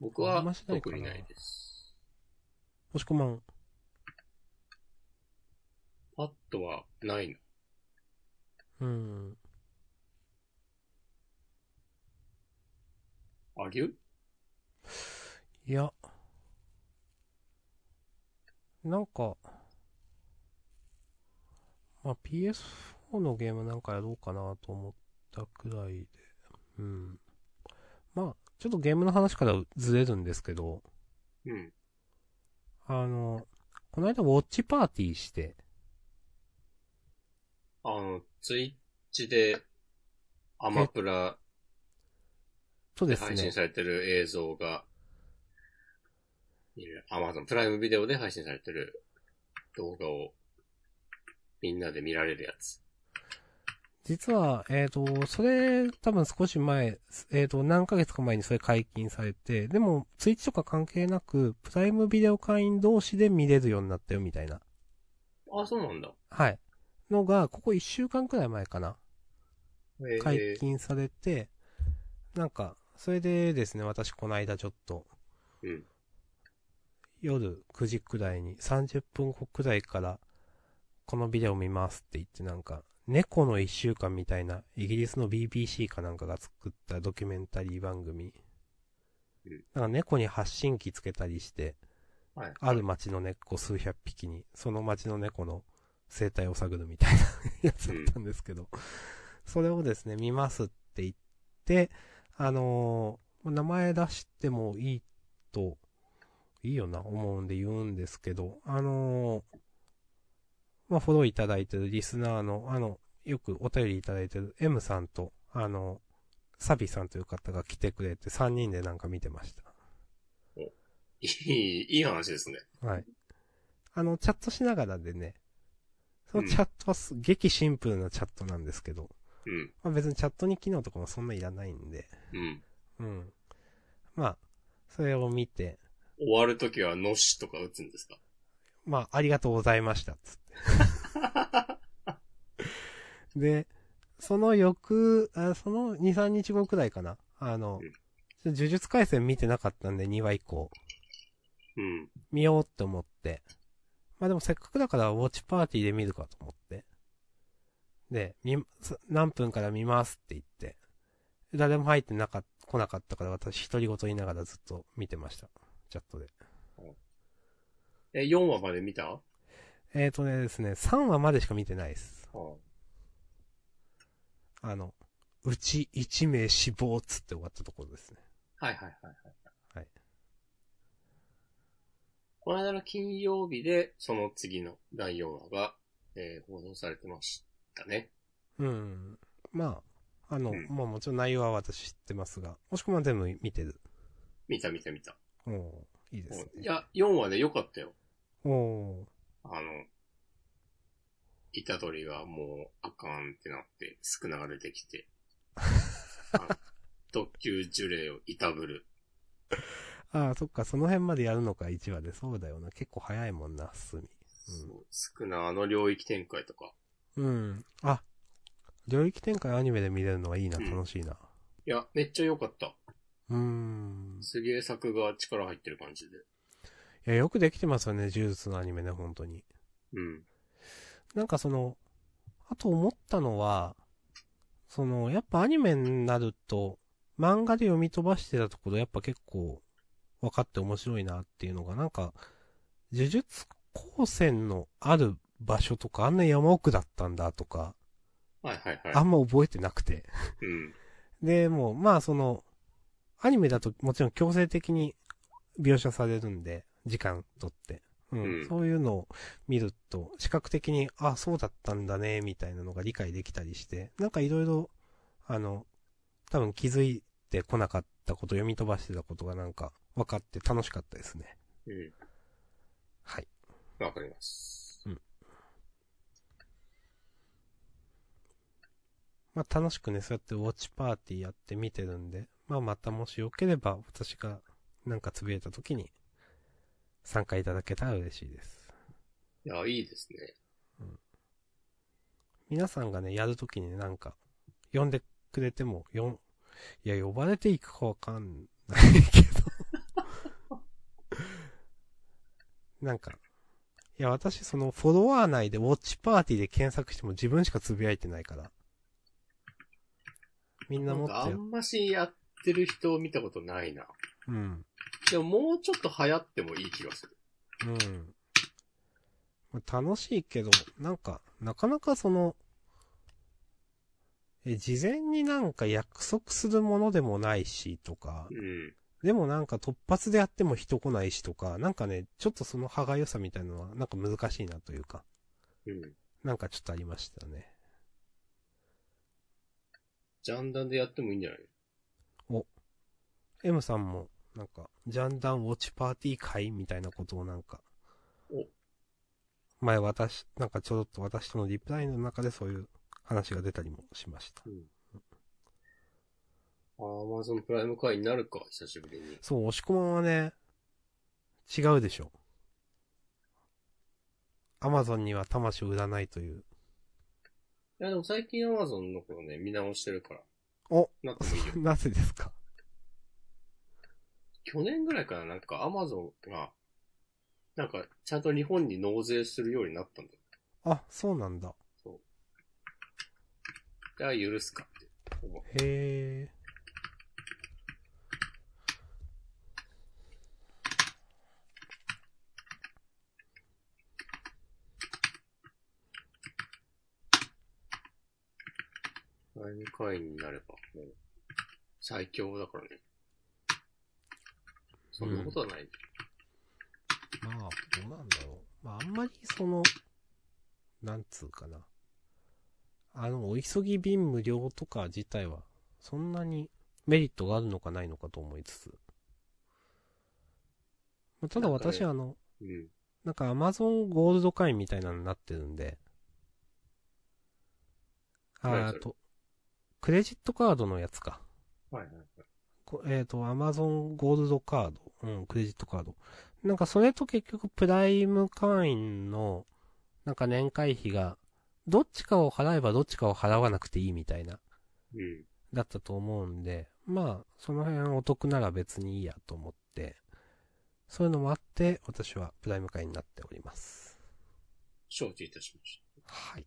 S1: 僕
S2: あ
S1: は
S2: んましない
S1: 特
S2: かな
S1: にないです。
S2: もしこまん。
S1: パッとはないな。
S2: うん。
S1: あげる
S2: いや。なんか、まあ、PS4 のゲームなんかやろうかなと思ったくらいで。うん。まあ、ちょっとゲームの話からずれるんですけど、
S1: うん。
S2: あの、この間ウォッチパーティーして、
S1: あの、ツイッチで、アマプラ
S2: とで
S1: です配信
S2: ね、
S1: されてる映像が、アマゾンプライムビデオで配信されてる動画を、みんなで見られるやつ。
S2: 実は、えっ、と、それ、多分少し前、えっ、と、何ヶ月か前にそれ解禁されて、でも、ツイッチとか関係なく、プライムビデオ会員同士で見れるようになったよ、みたいな。
S1: あ、そうなんだ。
S2: はい。のが、ここ1週間くらい前かな。
S1: えー
S2: 解禁されて、なんか、それでですね、私この間ちょっと、
S1: うん。
S2: 夜9時くらいに、30分後くらいから、このビデオ見ますって言って、なんか、猫の1週間みたいな、イギリスの BBC かなんかが作ったドキュメンタリー番組
S1: うん。
S2: なんか猫に発信機つけたりして、
S1: はい。
S2: ある町の猫数百匹に、その町の猫の生態を探るみたいなやつだったんですけど、それをですね、見ますって言って、あのー名前出してもいいと、いいよな、思うんで言うんですけど、あのーまあ、フォローいただいてるリスナーの、あの、よくお便りいただいてる M さんと、あの、サビさんという方が来てくれて3人でなんか見てました。
S1: いい、いい話ですね。
S2: はい。あの、チャットしながらでね、その
S1: うん
S2: チャットはす、激シンプルなチャットなんですけど、
S1: うん。
S2: まあ別にチャットに機能とかもそんないらないんで、
S1: うん。
S2: うん。まあ、それを見て、
S1: 終わるときは、のしとか打つんですか
S2: まあ、ありがとうございました、つ って。で、その翌、あその2、3日後くらいかな、あの
S1: うん、
S2: 呪術回戦見てなかったんで2話以降、
S1: うん。
S2: 見ようって思って。まあでもせっかくだからウォッチパーティーで見るかと思って。で、見、す何分から見ますって言って。誰も入ってなかっ、来なかったから私独り言言いながらずっと見てました。チャットで。
S1: え、4話まで見たあ
S2: えーとねですね、3話までしか見てないです。
S1: あ。
S2: あの、うち1名死亡っつって終わったところですね。
S1: はいはいはいはい。
S2: はい。
S1: この間の金曜日で、その次の第4話が、えー放送されてましたね。
S2: うん。まあ、あの、
S1: うん
S2: まあもちろん内容は私知ってますが、もしくは全部見てる。
S1: 見た見た見た。
S2: おーいいですね。
S1: いや、4話で良かったよ。
S2: おお
S1: あの、イタドリがもうあかんってなって、少なが出てき て、あの特急呪霊をいたぶる。
S2: ああ、そっか、その辺までやるのか、1話で。そうだよな。結構早いもんな、進み。
S1: そう少なあの領域展開とか。
S2: うん。あ、領域展開アニメで見れるのはいいな、
S1: うん
S2: 楽しいな。
S1: いや、めっちゃ良かった。
S2: うーん。
S1: すげえ作画力入ってる感じで。
S2: いや、よくできてますよね、呪術のアニメね、本当に。
S1: うん。
S2: なんかその、あと思ったのは、その、やっぱアニメになると、漫画で読み飛ばしてたところ、やっぱ結構、分かって面白いなっていうのが、なんか、呪術高専のある場所とか、あんな山奥だったんだとか、
S1: はいはい
S2: あ
S1: はい。
S2: んま覚えてなくて。
S1: うん。
S2: で、もう、まあその、アニメだともちろん強制的に描写されるんで、時間とって。うん。
S1: うん
S2: そういうのを見ると、視覚的に、あ、そうだったんだね、みたいなのが理解できたりして、なんかいろいろ、あの、多分気づいてこなかったこと、読み飛ばしてたことがなんか分かって楽しかったですね。
S1: う
S2: はい。
S1: ん。わかります。
S2: まあ楽しくね、そうやってウォッチパーティーやって見てるんで、まあまたもしよければ私がなんかつぶやいた時に参加いただけたら嬉しいです。
S1: いや、いいですね。
S2: 皆さんがね、やる時にね、なんか、呼んでくれても、よん、いや、呼ばれていくかわかんないけど。 なんか、いや、私、その、フォロワー内でウォッチパーティーで検索しても自分しかつぶやいてないから。みんな
S1: な
S2: 持
S1: ん
S2: って
S1: かあんましやってる人を見たことないな。
S2: うん。
S1: でももうちょっと流行ってもいい気がする。
S2: うん。まあ楽しいけど、なんか、なかなかその、え、事前になんか約束するものでもないしとか、
S1: うん。
S2: でもなんか突発でやっても人来ないしとか、なんかね、ちょっとその歯がゆさみたいなのはなんか難しいなというか、
S1: うん。
S2: なんかちょっとありましたね。
S1: ジャンダンでやってもいいんじゃない
S2: M さんも、なんか、ジャンダンウォッチパーティー会みたいなことをなんか
S1: お、
S2: 前私、なんかちょろっと私とのリプライの中でそういう話が出たりもしました。
S1: アマゾンプライム会になるか、久しぶりに。
S2: そう、押し込まんはね、違うでしょ。アマゾンには魂を売らないという。
S1: いや、でも最近アマゾンのこね、見直してるから。
S2: お
S1: なんかもいいよ
S2: なぜですか
S1: 去年ぐらいからなんかアマゾンが、なんかちゃんと日本に納税するようになったんだよ。
S2: あ、そうなんだ。
S1: じゃあ許すかって思う。
S2: へえ。
S1: 第二回になれば、もう、最強だからね。そんなことはない。
S2: まあ、どうなんだろう。まあ、あんまりその、なんつうかな。あの、お急ぎ便無料とか自体は、そんなにメリットがあるのかないのかと思いつつ。まあただ
S1: なんかね
S2: 私、あの、
S1: うん。
S2: なんか Amazon ゴールド会員みたいなのになってるんで、あ
S1: 何
S2: ー
S1: そ
S2: あ
S1: れ
S2: と、クレジットカードのやつか。
S1: はいはい。
S2: こえっ、と、アマゾンゴールドカード、うん、クレジットカード。なんかそれと結局プライム会員の、なんか年会費が、どっちかを払えばどっちかを払わなくていいみたいな、
S1: うん。
S2: だったと思うんで、まあ、その辺お得なら別にいいやと思って、そういうのもあって、私はプライム会員になっております。
S1: 承知いたしました。
S2: はい。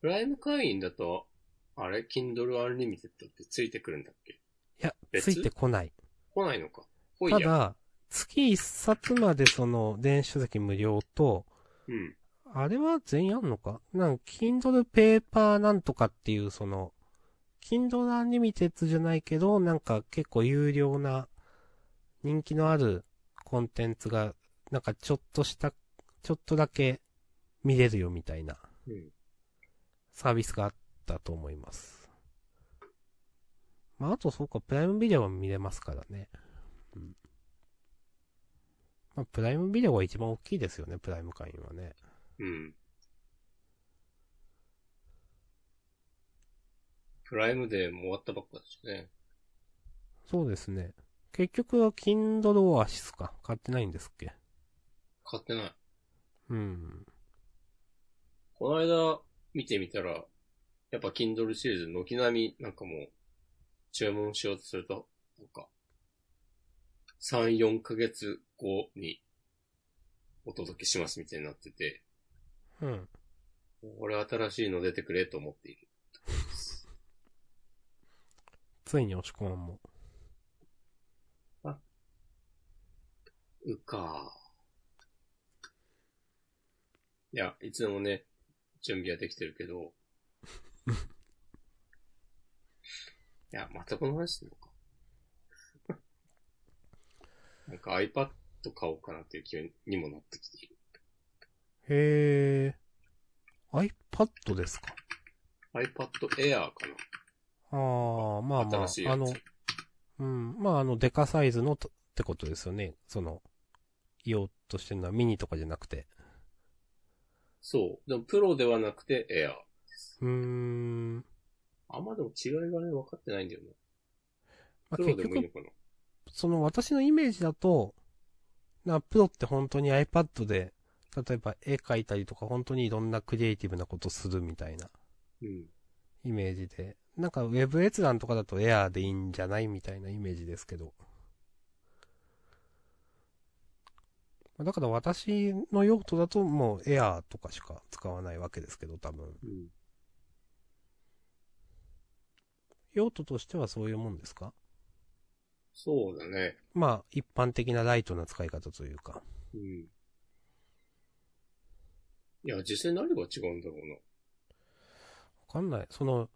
S1: プライム会員だと、あれ ?Kindle Unlimited ってついてくるんだっけ
S2: いや、つ
S1: 別
S2: いてこない。
S1: 来ないのか。来い
S2: た
S1: や。
S2: だ、月一冊までその、電子書籍無料と、
S1: うん。
S2: あれは全員あんのかなんか、Kindle Paper なんとかっていう、その、Kindle Unlimited じゃないけど、なんか結構有料な、人気のあるコンテンツが、なんかちょっとした、ちょっとだけ見れるよみたいな
S1: うん。
S2: サービスがあったと思います。まあ、あとそうか、プライムビデオも見れますからね。うん。まあ、プライムビデオが一番大きいですよね、プライム会員はね。
S1: うん。プライムデーも終わったばっかですね。
S2: そうですね。結局は Kindle Oasis か。買ってないんですっけ
S1: 買ってない。
S2: うん。
S1: この間見てみたら、やっぱ Kindle シリーズ軒並みなんかもう、注文しようとすると、なんか、3、4ヶ月後にお届けしますみたいになってて、
S2: うん。
S1: 俺新しいの出てくれと思っている。
S2: ついに押し込まんも。
S1: うかいや、いつでもね、準備はできてるけ ど。いや、またこの話するのか。 なんか iPad 買おうかなっていう気にもなってきている。
S2: へー。iPad ですか
S1: iPad Air か
S2: あー、まあ
S1: な新
S2: まあ
S1: しい、や
S2: あ
S1: つ。
S2: の、うん。まあ、あの、デカサイズのとってことですよね。その、用としてるのはミニとかじゃなくて。
S1: そう。でもプロではなくて Air。
S2: うーん。
S1: あんまでも違いがね、分かってないんだよね。
S2: まあ、
S1: プロ
S2: 結
S1: でもいい
S2: 局
S1: の、かな。
S2: その私のイメージだと、な、プロって本当に iPad で、例えば絵描いたりとか本当にいろんなクリエイティブなことするみたいな
S1: うん。
S2: イメージで。なんかウェブ閲覧とかだと Air でいいんじゃないみたいなイメージですけど。まあだから私の用途だともう Air とかしか使わないわけですけど、多分。
S1: うん。
S2: 用途としてはそういうもんですか
S1: そうだね。
S2: まあ、一般的なライトな使い方というか。
S1: うん。いや、実際何が違うんだろうな。
S2: わかんない。その、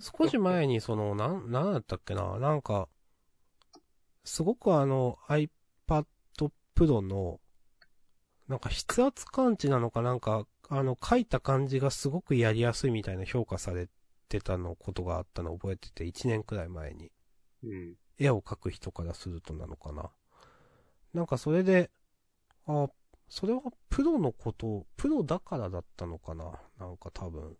S2: 少し前にその、なん、なんだったっけな、なんか、すごくあの、iPad Pro の、なんか筆圧感知なのかなんか、あの、書いた感じがすごくやりやすいみたいな評価されてたのことがあったのを覚えてて、1年くらい前に。
S1: うん。
S2: 絵を描く人からするとなのかな。なんかそれで、あ、それはプロのこと、プロだからだったのかな。なんか多分。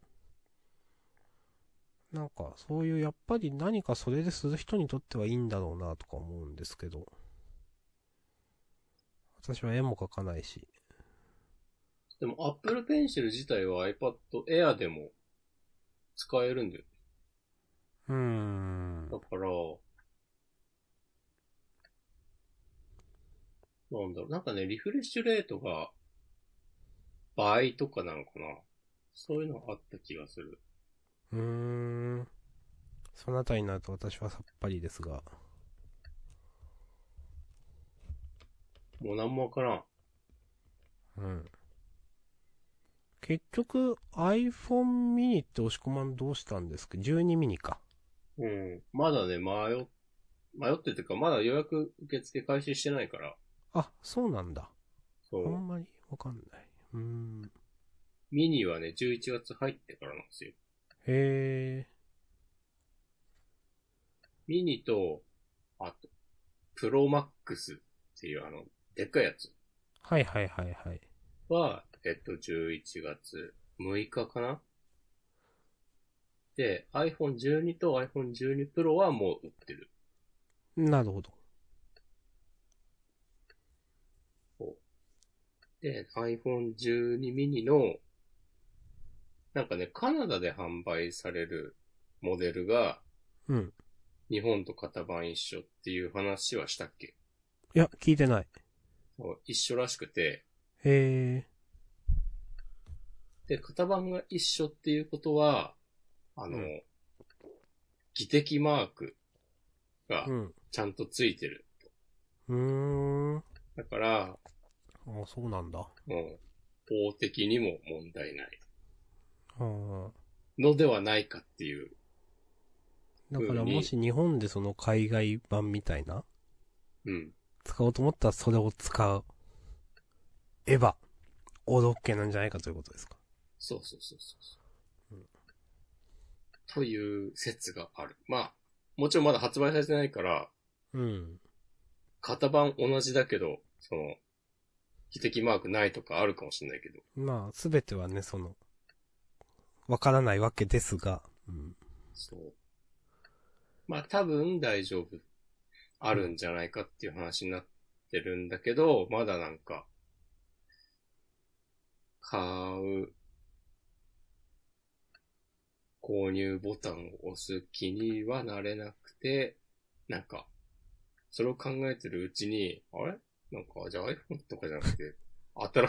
S2: なんかそういうやっぱり何かそれでする人にとってはいいんだろうなとか思うんですけど。私は絵も描かないし。
S1: でも Apple Pencil 自体は iPad Air でも使えるんだよ。
S2: うーん
S1: だ。から、なんだろう、なんかね、リフレッシュレートが倍とかなのかな。そういうのがあった気がする。
S2: うーん。そのあたりになると私はさっぱりですが。
S1: もうなんもわからん。
S2: うん。結局 iPhone mini って押し込まんどうしたんですか ?12 ミニか。
S1: うん。まだね、迷っ、迷ってるっていうか、まだ予約受付開始してないから。
S2: あ、そうなんだ。
S1: そ
S2: あ
S1: う。
S2: んまりわかんない。うーん。
S1: ミニはね、11月入ってからなんですよ。
S2: へえ。
S1: ミニと、あと、プロマックスっていうあの、でっかいやつ
S2: はいはいはいはい。
S1: は、えっと、11月6日かなで、iPhone12 と iPhone12 Pro はもう売ってる。
S2: なるほど。
S1: で、iPhone12 mini の、なんかね、カナダで販売されるモデルが、
S2: うん。
S1: 日本と型番一緒っていう話はしたっけ
S2: いや、聞いてない。
S1: そう一緒らしくて、
S2: へえ。
S1: で、型番が一緒っていうことは、あの、
S2: うん
S1: 技的マークが
S2: うん。
S1: ちゃんとついてる。
S2: うーん。あ、
S1: だから、
S2: そうなんだ。
S1: もう、法的にも問題ない
S2: うん。
S1: のではないかっていう。
S2: だからもし日本でその海外版みたいな、
S1: うん。
S2: 使おうと思ったらそれを使う。エヴァ、オールオッケーなんじゃないかということですか。
S1: そうそうそうそう。
S2: う
S1: うんという説がある。まあ、もちろんまだ発売されてないから、
S2: うん。
S1: 型番同じだけど、その、非的マークないとかあるかもしれないけど。
S2: まあ、すべてはね、その、わからないわけですが、うん。
S1: そう。まあ多分大丈夫。あるんじゃないかっていう話になってるんだけど、まだなんか、買う、購入ボタンを押す気にはなれなくて、なんか、それを考えてるうちに、あれなんか、じゃあ iPhone とかじゃなくて、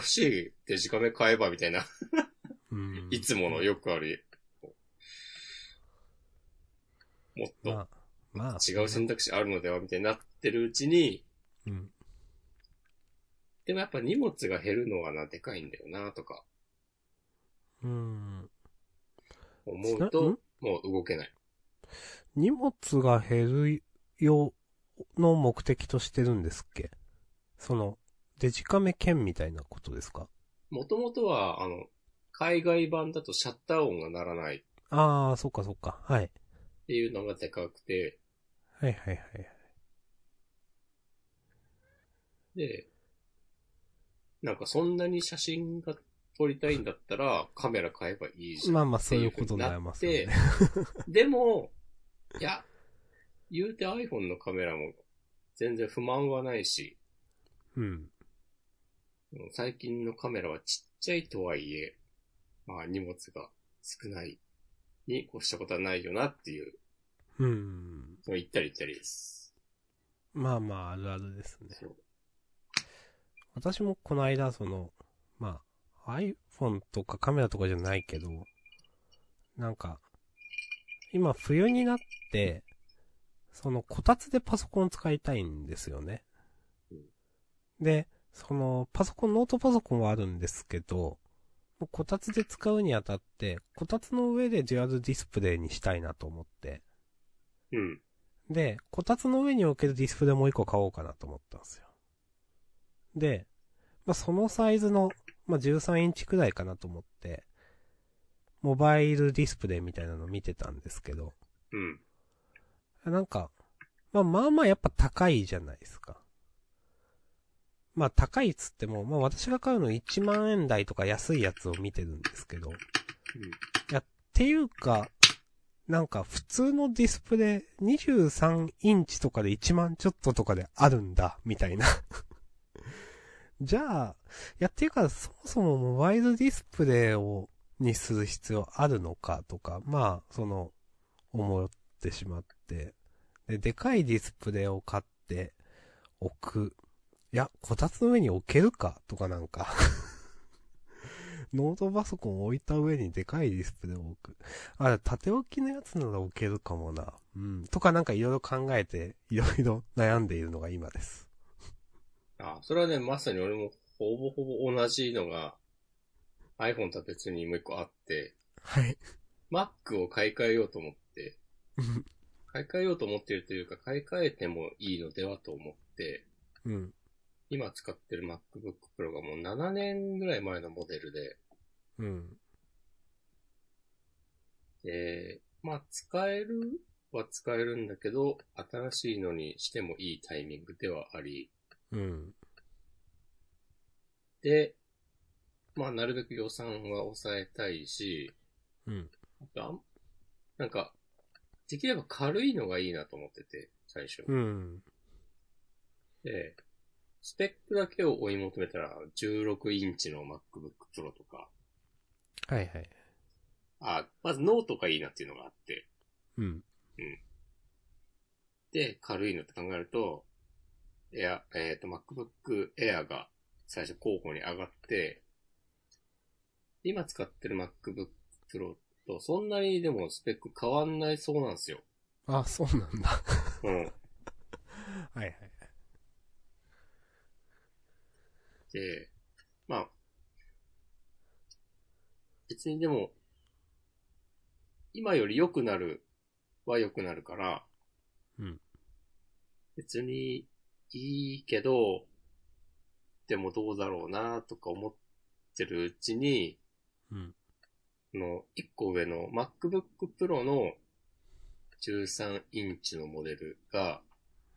S1: 新しいデジカメ買えばみたいな
S2: うん、
S1: いつものよくある、もっと
S2: まあ、まあ、
S1: 違う選択肢あるのではみたいになってるうちに、
S2: うん。
S1: でもやっぱ荷物が減るのはな、でかいんだよな、とか
S2: うん。
S1: 思う
S2: ちな
S1: と
S2: ん、
S1: もう動けない。
S2: 荷物が減るようの目的としてるんですっけその、デジカメ券みたいなことですか
S1: もともとは、あの、海外版だとシャッター音が鳴らないっ
S2: ああ、そっかそっか。はい。
S1: ていうのがでかくて、
S2: はいはいはい。
S1: で、なんかそんなに写真が撮りたいんだったらカメラ買えばいいじゃん
S2: まあまあ、そういうことになりますよね。
S1: でも、いや、言うて iPhone のカメラも全然不満はないし、
S2: うん。
S1: うん最近のカメラはちっちゃいとはいえ、まあ荷物が少ないに越したことはないよなっていう、
S2: うん。
S1: 行ったり行ったりです。
S2: まあまあ、あるあるですね。
S1: そう。
S2: 私もこの間、その、まあ、iPhone とかカメラとかじゃないけど、なんか、今冬になって、その、こたつでパソコン使いたいんですよね。で、その、パソコン、ノートパソコンはあるんですけど、もうこたつで使うにあたって、こたつの上でデュアルディスプレイにしたいなと思って、
S1: うん。
S2: で、こたつの上に置けるディスプレイもう一個買おうかなと思ったんですよ。で、まあ、そのサイズの、まあ、13インチくらいかなと思って、モバイルディスプレイみたいなの見てたんですけど、
S1: うん。
S2: なんか、まあまあまあやっぱ高いじゃないですか。まあ高いっつっても、まあ私が買うの1万円台とか安いやつを見てるんですけど、いや、っていうか、なんか普通のディスプレイ23インチとかで1万ちょっととかであるんだ、みたいな。 じゃあ、いや、っていうか、そもそもモバイルディスプレイを、にする必要あるのかとか、まあ、その、思ってしまって。で、でかいディスプレイを買って、置く。いや、こたつの上に置けるかとかなんか。ノートパソコンを置いた上にでかいディスプレイを置く。あれ、縦置きのやつなら置けるかもな。うん。とかなんかいろいろ考えて、いろいろ悩んでいるのが今です。
S1: あ、それはね、まさに俺もほぼほぼ同じのが iPhone とは別にもう一個あって、
S2: はい。
S1: Mac を買い替えようと思って、
S2: うん
S1: 買い替えようと思ってるというか、買い替えてもいいのではと思って、
S2: うん。
S1: 今使ってる MacBook Pro がもう7年ぐらい前のモデルで、
S2: うん。
S1: で、まあ、使えるは使えるんだけど、新しいのにしてもいいタイミングではあり、
S2: うん。
S1: で、まあ、なるべく予算は抑えたいし、
S2: うん。
S1: あんなんか、できれば軽いのがいいなと思ってて、最初。
S2: うん。
S1: で、スペックだけを追い求めたら、16インチの MacBook Pro とか、
S2: はいはい。
S1: あ、まずノートがいいなっていうのがあって、
S2: うん。
S1: で、軽いのって考えると、エア、えっ、と、MacBook Air が最初候補に上がって、今使ってる MacBook Pro とそんなにでもスペック変わんないそうなんですよ。
S2: あ、そうなんだ。
S1: うん。
S2: はいはい。
S1: で、まあ、別にでも、今より良くなるは良くなるから、
S2: うん
S1: 別にいいけど、でもどうだろうなとか思ってるうちに、
S2: うん。
S1: あの、1個上の MacBook Pro の13インチのモデルが、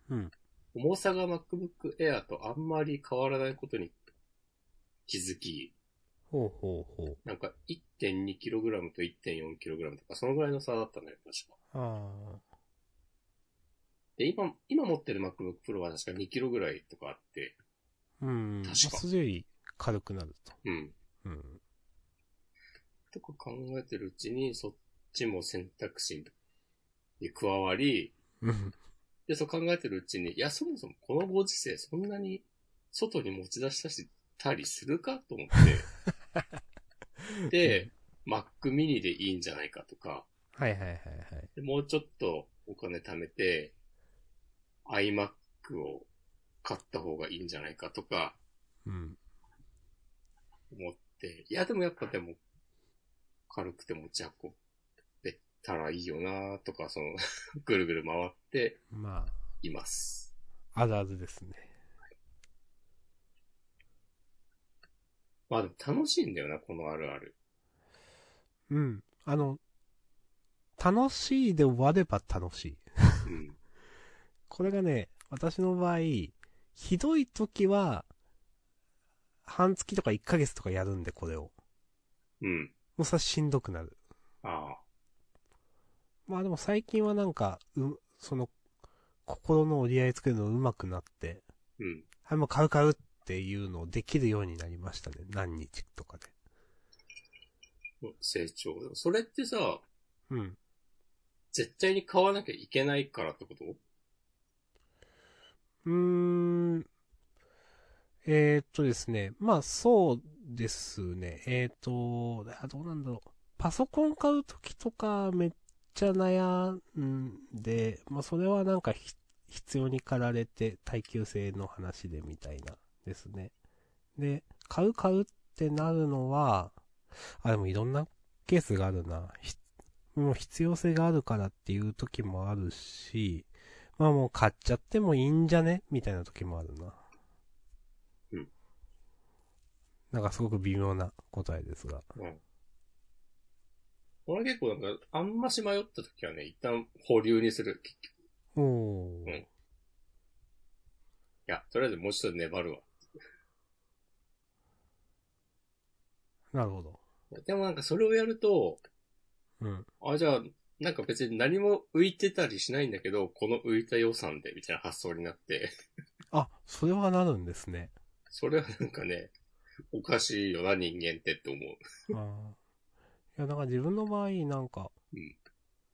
S2: うん
S1: 重さが MacBook Air とあんまり変わらないことに気づき、
S2: ほうほうほう。
S1: なんか 1.2kg と 1.4kg とか、そのぐらいの差だったんだよ、確か。
S2: あ
S1: で、今、今持ってる MacBook Pro は確か 2kg ぐらいとかあって、
S2: あ。うん。
S1: 確か
S2: まあそれより軽くなると。
S1: うん。
S2: うん。
S1: とか考えてるうちに、そっちも選択肢に加わり、
S2: うん。
S1: で、そう考えてるうちに、いや、そもそもこのご時世そんなに外に持ち出したしたりするかと思って、で、Mac mini でいいんじゃないかとか、
S2: はいはいはいはい。
S1: でもうちょっとお金貯めて、iMac を買った方がいいんじゃないかとか
S2: うん。
S1: 思って、いやでもやっぱでも、軽くて持ち運べたらいいよなとか、その、ぐるぐる回って
S2: ま
S1: います。
S2: あ、あるあるですね。
S1: まあでも楽しいんだよな、このあるある。
S2: うん。あの、楽しいで終われば楽しい。
S1: うん。
S2: これがね、私の場合、ひどい時は、半月とか1ヶ月とかやるんで、これを。
S1: うん。
S2: もうさ、しんどくなる。
S1: ああ。
S2: まあでも最近はなんか、う、その、心の折り合いつけるの上手くなって、
S1: うん。
S2: はい、もう買う買うっていうのをできるようになりましたね。何日とかで。
S1: 成長。それってさ、
S2: うん。
S1: 絶対に買わなきゃいけないからってこと
S2: うーん。えー、っとですね。まあ、そうですね。えー、っと、あどうなんだろう。パソコン買うときとかめっちゃ悩んで、まあ、それはなんかひ必要に駆られて耐久性の話でみたいなですね。で、買う買うってなるのは、あ、でもいろんなケースがあるな。ひもう必要性があるからっていう時もあるし、まあもう買っちゃってもいいんじゃねみたいな時もあるな。
S1: うん。
S2: なんかすごく微妙な答えですが。
S1: うん。俺結構なんか、あんまし迷った時はね、一旦保留にする。結局
S2: おお、
S1: うんいや、とりあえずもうちょっと粘るわ。
S2: なるほど。
S1: でもなんかそれをやると、
S2: うん。
S1: あ、じゃあ、なんか別に何も浮いてたりしないんだけど、この浮いた予算で、みたいな発想になって、
S2: あ、それはなるんですね。
S1: それはなんかね、おかしいよな、人間ってって思う。
S2: ああ。いや、なんか自分の場合、なんか、
S1: うん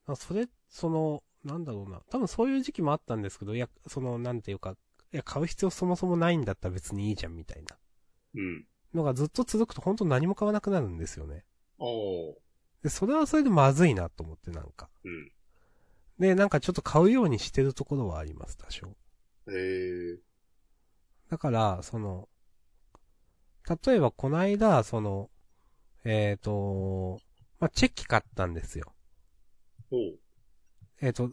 S2: あそれ、その、なんだろうな。多分そういう時期もあったんですけど、いや、その、なんていうか、いや、買う必要そもそもないんだったら別にいいじゃん、みたいな。
S1: うん。
S2: のがずっと続くと本当何も買わなくなるんですよね。
S1: おー。
S2: で、それはそれでまずいなと思って、なんか。
S1: うん。
S2: で、なんかちょっと買うようにしてるところはあります、多少。
S1: へえ。
S2: だから、その、例えばこの間、その、えっ、と、まあ、チェキ買ったんですよ。
S1: ほう。
S2: えっ、と、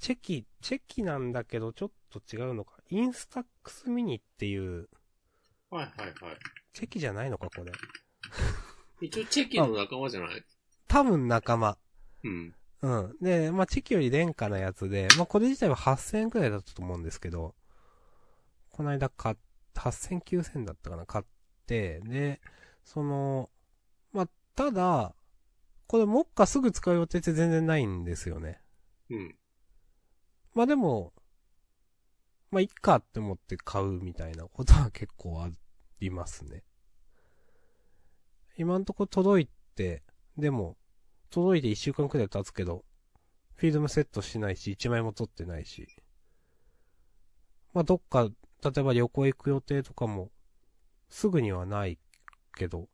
S2: チェキ、チェキなんだけど、ちょっと違うのか。インスタックスミニっていう、
S1: はいはいは
S2: チェキじゃないのか、これ。
S1: い。一応チェキの仲間じゃない
S2: 多分仲間。
S1: うん。
S2: うん。で、まあ、チェキより廉価なやつで、まあ、これ自体は8000円くらいだったと思うんですけど、この間買っ、8000、9000だったかな、買って、で、その、まあ、ただ、これ、もっかすぐ使う予定って全然ないんですよね。
S1: うん。
S2: まあでも、まあ、いっかって思って買うみたいなことは結構ありますね。今んとこ届いて、でも、届いて1週間くらい経つけど、フィルムセットしないし、1枚も取ってないし。まあ、どっか、例えば旅行行く予定とかも、すぐにはないけど、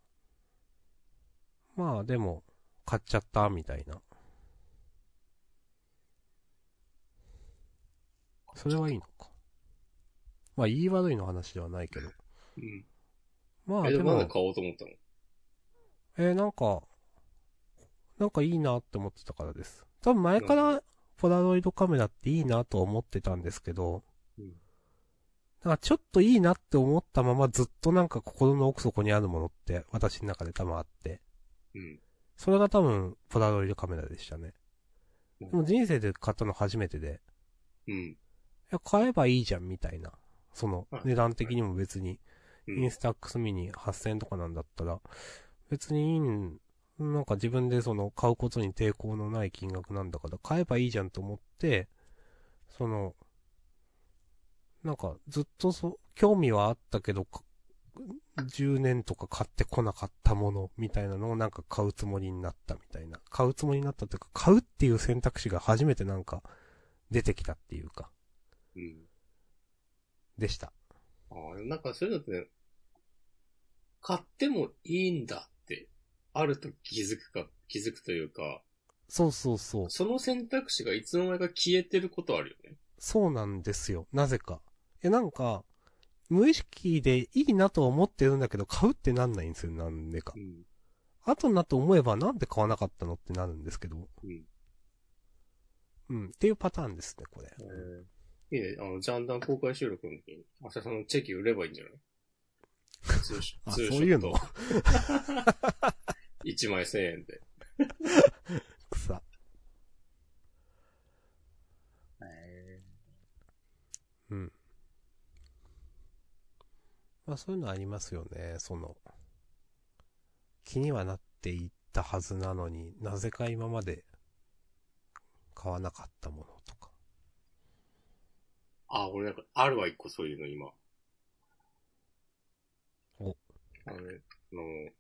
S2: まあでも、買っちゃった、みたいな。それはいいのか。まあ、言い悪いの話ではないけど。
S1: うん。
S2: まあ、
S1: え、で
S2: で
S1: もなんで
S2: も、
S1: 買おうと思ったの
S2: えーなんか、なんかいいなって思ってたからです。多分前か
S1: な
S2: ら、ポラロイドカメラっていいなと思ってたんですけど、
S1: うん
S2: なんかちょっといいなって思ったままずっとなんか心の奥底にあるものって私の中で多分あって、
S1: うん。
S2: それが多分ポラロイドカメラでしたね。
S1: うん
S2: でも人生で買ったの初めてで、
S1: うん。
S2: いや、買えばいいじゃんみたいな。その
S1: はい
S2: 値段的にも別に、
S1: うん
S2: インスタックスミニ8000円とかなんだったら、別にいいん、なんか自分でその買うことに抵抗のない金額なんだから、買えばいいじゃんと思って、その、なんかずっとそ、興味はあったけど、か10年とか買ってこなかったものみたいなのをなんか買うつもりになったみたいな。買うつもりになったというか、買うっていう選択肢が初めてなんか出てきたっていうか、
S1: うん。
S2: でした。
S1: ああ、なんかそういうのってね、買ってもいいんだって、あると気づくか、気づくというか、
S2: そうそうそう。
S1: その選択肢がいつの間にか消えてることあるよね。
S2: そうなんですよ。なぜか。え、なんか、無意識でいいなとは思ってるんだけど、買うってなんないんですよ、なんでか
S1: う。ん。
S2: 後になって思えば、なんで買わなかったのってなるんですけど。
S1: うん。
S2: うん。っていうパターンですね、これ。
S1: えー、いいね、あの、ジャンダン公開収録の時に、明日さんのチェキ売ればいいんじゃないツーシ
S2: あ、
S1: ツ
S2: そ
S1: ーショット
S2: ういうの
S1: 1枚1000円で。
S2: 草。うん。まあそういうのありますよね、その。気にはなっていったはずなのになぜか今まで買わなかったものとか。
S1: あ、俺なんか、あるわ、一個そういうの、今。
S2: お。
S1: あのね、あの、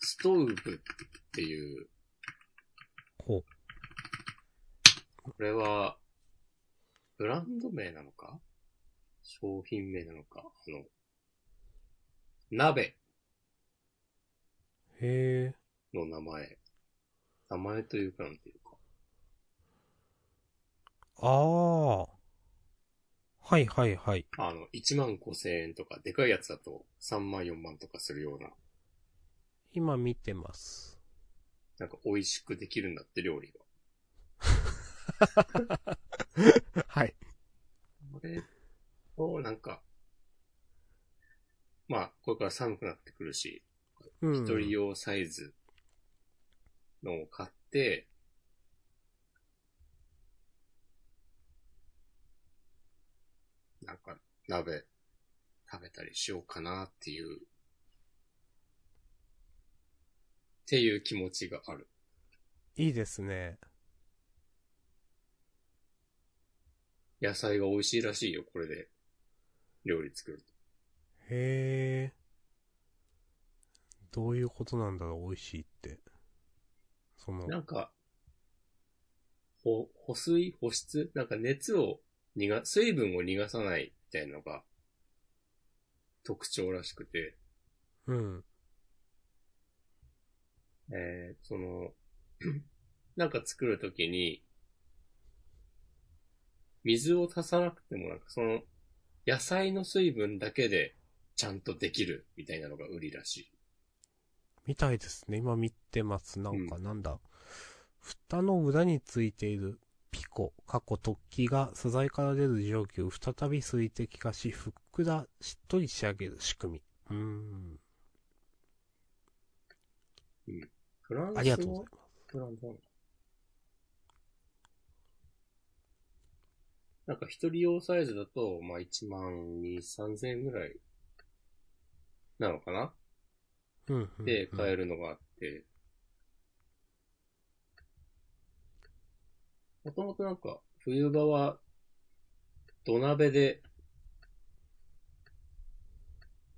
S1: ストウブっていう、
S2: ほう。
S1: これは、ブランド名なのか商品名なのかあの、鍋
S2: へえ。
S1: の名前。名前というかなんていうか。
S2: ああ。はいはいはい。
S1: あの、1万5千円とか、でかいやつだと3万4万とかするような、
S2: 今見てます。
S1: なんか美味しくできるんだって料理が。
S2: はい。
S1: これをなんか、まあ、これから寒くなってくるし、
S2: うん。
S1: 一人用サイズのを買って、なんか、鍋、食べたりしようかなっていう、っていう気持ちがある。
S2: いいですね。
S1: 野菜が美味しいらしいよ、これで。料理作ると。
S2: へえ。どういうことなんだろう、美味しいって。その、
S1: なんか、ほ、保水、保湿なんか熱を逃が、水分を逃がさないみたいなのが特徴らしくて、
S2: うん。
S1: えー、その、 なんか作るときに、水を足さなくてもなんかその、野菜の水分だけでちゃんとできるみたいなのが売りらしい。
S2: みたいですね。今見てます。なんか、なんだ。蓋の裏についているピコ、過去突起が素材から出る蒸気を再び水滴化し、ふっくらしっとり仕上げる仕組み。うーん。
S1: フランスの
S2: ありがとうございます。
S1: フランスなのなんか一人用サイズだと、まあ1万2、3000円ぐらいなのかな
S2: うんうんうん。
S1: で買えるのがあって。もともとなんか、冬場は土鍋で、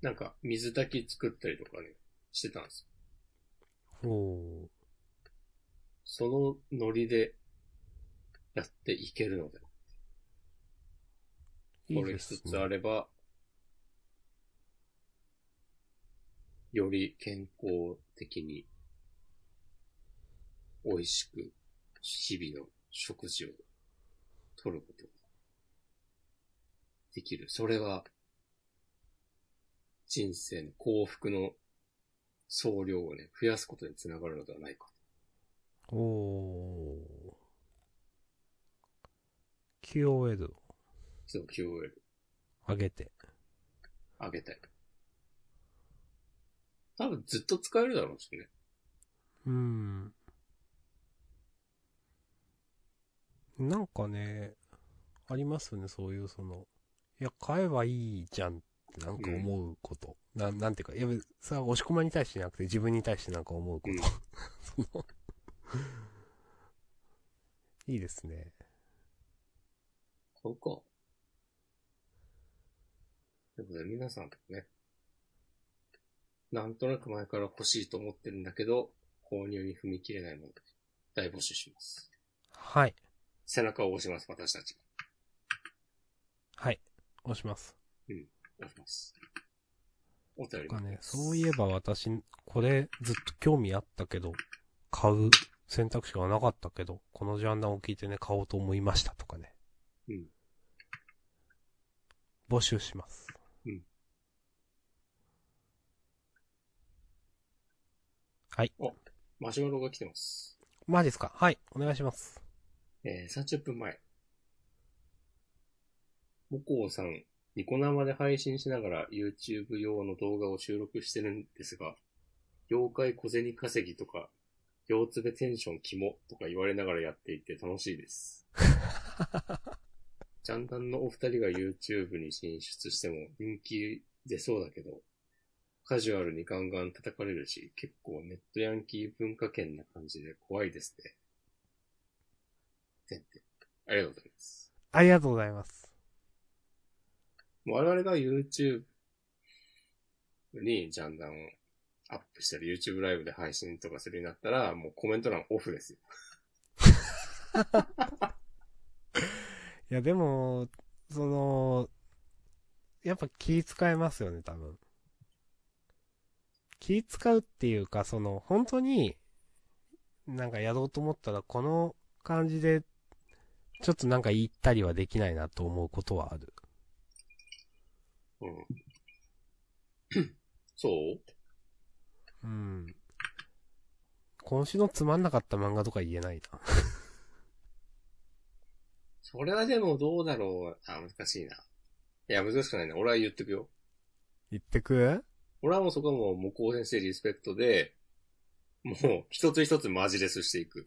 S1: なんか水炊き作ったりとかね、してたんですよ
S2: ほう。
S1: そのノリでやっていけるので、
S2: い
S1: こ
S2: い
S1: れ
S2: です
S1: 一
S2: ね。
S1: つあれば、より健康的に、美味しく、日々の食事を取ることができる。それは、人生の幸福の総量をね、増やすことにつながるのではないか。
S2: おー。QOL を
S1: その QOL
S2: 上げて。
S1: あげたい。多分ずっと使えるだろうしね。
S2: うーん。なんかね、ありますよね、そういうその、いや、買えばいいじゃんってなんか思うこと。ななんていうか、いや、それは押し込まに対してじゃなくて自分に対してなんか思うこと。
S1: うん
S2: その、いいですね。
S1: 買うか。ということで皆さんとね、なんとなく前から欲しいと思ってるんだけど、購入に踏み切れないもので、大募集します。
S2: はい。
S1: 背中を押します、私たち。
S2: はい。押します。
S1: 押します。お便り
S2: なん
S1: も
S2: かね、そういえば私、これずっと興味あったけど、買う選択肢がなかったけど、このジャンダンを聞いてね、買おうと思いましたとかね。
S1: うん。
S2: 募集します。
S1: マシュマロが来てます。
S2: マジですかはい、お願いします。
S1: えー、30分前。もこうさん、ニコ生で配信しながら YouTube 用の動画を収録してるんですが、妖怪小銭稼ぎとか、腰つべテンション肝とか言われながらやっていて楽しいです。ジャンダンのお二人が YouTube に進出しても人気出そうだけど、カジュアルにガンガン叩かれるし、結構ネットヤンキー文化圏な感じで怖いですね。てんてんありがとうございます。
S2: ありがとうございます。
S1: 我々が YouTube にジャンダンをアップしたり YouTube ライブで配信とかするようになったら、もうコメント欄オフですよ。
S2: いや、でも、その、やっぱ気使えますよね、多分。気使うっていうか、その、本当に、なんかやろうと思ったら、この感じで、ちょっとなんか言ったりはできないなと思うことはある。
S1: うん。 そう
S2: うん。今週のつまんなかった漫画とか言えないな。
S1: それはでもどうだろう。あ、難しいな。いや、難しくないな。俺は言ってくよ。
S2: 言ってく
S1: 俺はもうそこはもう、向こう先生リスペクトで、もう、一つ一つマジレスしてい く。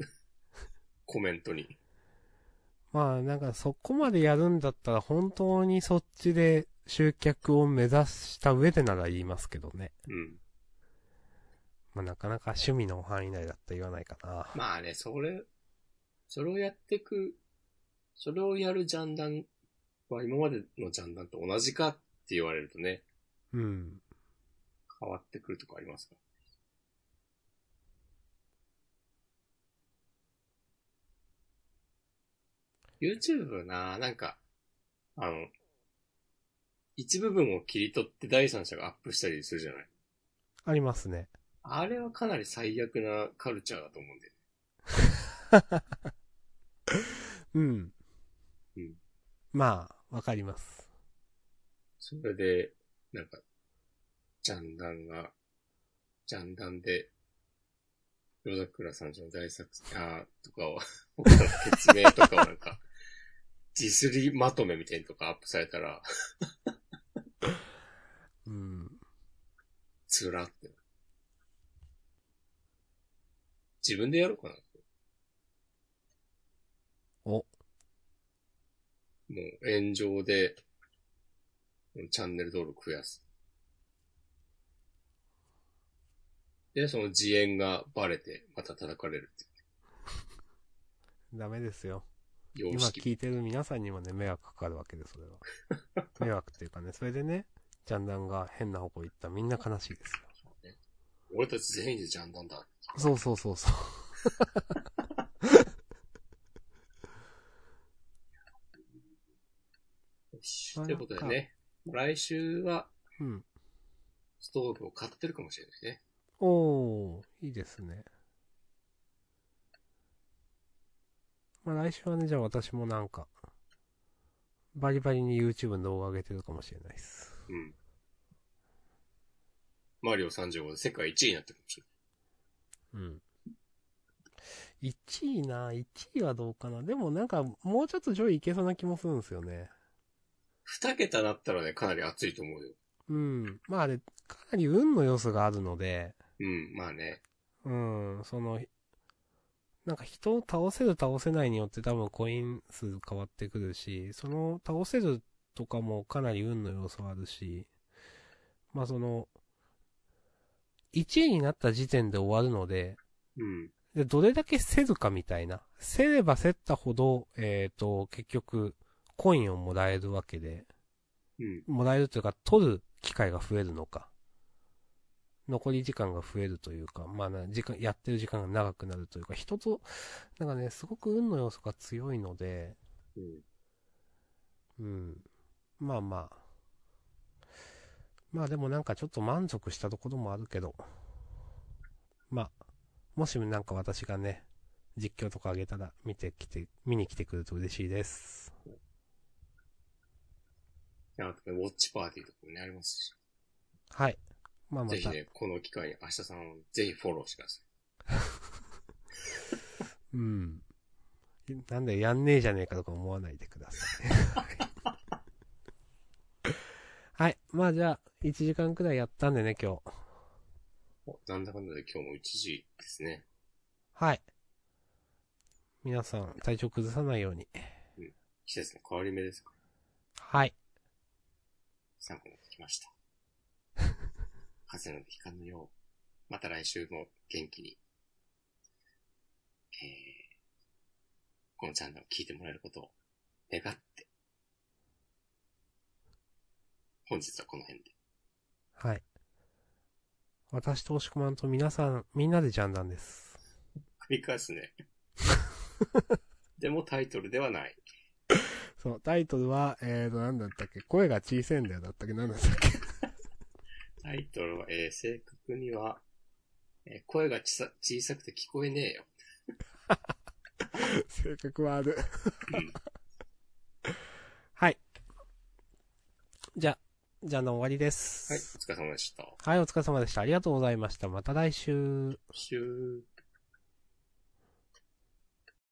S1: コメントに。
S2: まあなんかそこまでやるんだったら本当にそっちで集客を目指した上でなら言いますけどね。
S1: うん。
S2: まあなかなか趣味の範囲内だったら言わないかな。
S1: まあね、それ、それをやってく、それをやるジャンダンは今までのジャンダンと同じかって言われるとね、
S2: うん。
S1: 変わってくるとこありますから YouTube な、なんか、あの、一部分を切り取って第三者がアップしたりするじゃない
S2: ありますね。
S1: あれはかなり最悪なカルチャーだと思うんで。
S2: うん。
S1: うん
S2: まあ、わかります。
S1: それで、なんか、ジャンダンが、ジャンダンで黒桜さんちの大作戦、あーとかを、 僕の決明とかをなんか、自すりまとめみたいなのとかアップされたら、
S2: うん。
S1: つらって。自分でやろうかな。
S2: お。
S1: もう炎上で、チャンネル登録増やす。で、その自演がバレて、また叩かれるって
S2: ダメですよ。
S1: いう様
S2: 今
S1: 式。
S2: 聞いてる皆さんにもね、迷惑かかるわけで、それは。 迷惑っていうかね、それでね、ジャンダンが変な方向行ったらみんな悲しいですよ。
S1: 俺たち全員でジャンダンだ。
S2: そうそうそうそう。
S1: よしということでね、来週は
S2: うん。
S1: ストーブを買ってるかもしれないね。
S2: おー、いいですね。まあ来週はね、じゃあ私もなんか、バリバリに YouTube の動画上げてるかもしれないです。
S1: うん。マリオ35で世界一位になってるかもしれない。
S2: うん。1位な、1位はどうかな。でもなんか、もうちょっと上位いけそうな気もするんですよね。
S1: 二桁なったらね、かなり熱いと思うよ。
S2: うん。まああれ、かなり運の要素があるので、
S1: うん、まあね。
S2: うん、その、なんか人を倒せる倒せないによって多分コイン数変わってくるし、その倒せるとかもかなり運の要素あるし、まあその、1位になった時点で終わるので、
S1: うん。
S2: で、どれだけせるかみたいな。せればせったほど、えっ、と、結局、コインをもらえるわけで、
S1: うん。
S2: もらえるというか、取る機会が増えるのか。残り時間が増えるというか、まあな、時間、やってる時間が長くなるというか、人と、なんかね、すごく運の要素が強いので、
S1: うん。
S2: うん。まあまあ。まあでもなんかちょっと満足したところもあるけど。まあ、もしなんか私がね、実況とかあげたら見てきて、見に来てくると嬉しいです。
S1: あとね、ウォッチパーティーとかもね、ありますし。
S2: はい。まあま
S1: ぜひ
S2: た、
S1: ね、この機会に明日さんをぜひフォローしてくださ
S2: うん。なんだよ、やんねえじゃねえかとか思わないでください。はい。 まあじゃあ、1時間くらいやったんでね、今日。
S1: い。おなんだかんだで今日も1時ですね。
S2: はい。皆さん、体調崩さないように。
S1: 季節の変わり目ですから。
S2: はい。
S1: 寒くなってきました。風邪のひかぬよう。また来週も元気に、えー、このチャンネルを聞いてもらえることを願って、本日はこの辺で。
S2: はい。私と押し込まんと皆さん、みんなでジャンダンです。
S1: 繰り返すね。でもタイトルではない。
S2: そう、タイトルは、えーと、なんだったっけ声が小さいんだよ、だったっけなんだったっけ
S1: タイトルは、えー、正確には、えー声がちさ小さくて聞こえねえよ。
S2: 性格はある。
S1: うん
S2: はい。じゃ、じゃあの終わりです。
S1: はい、お疲れ様でした。
S2: はい、お疲れ様でした。ありがとうございました。また来週。
S1: シュー。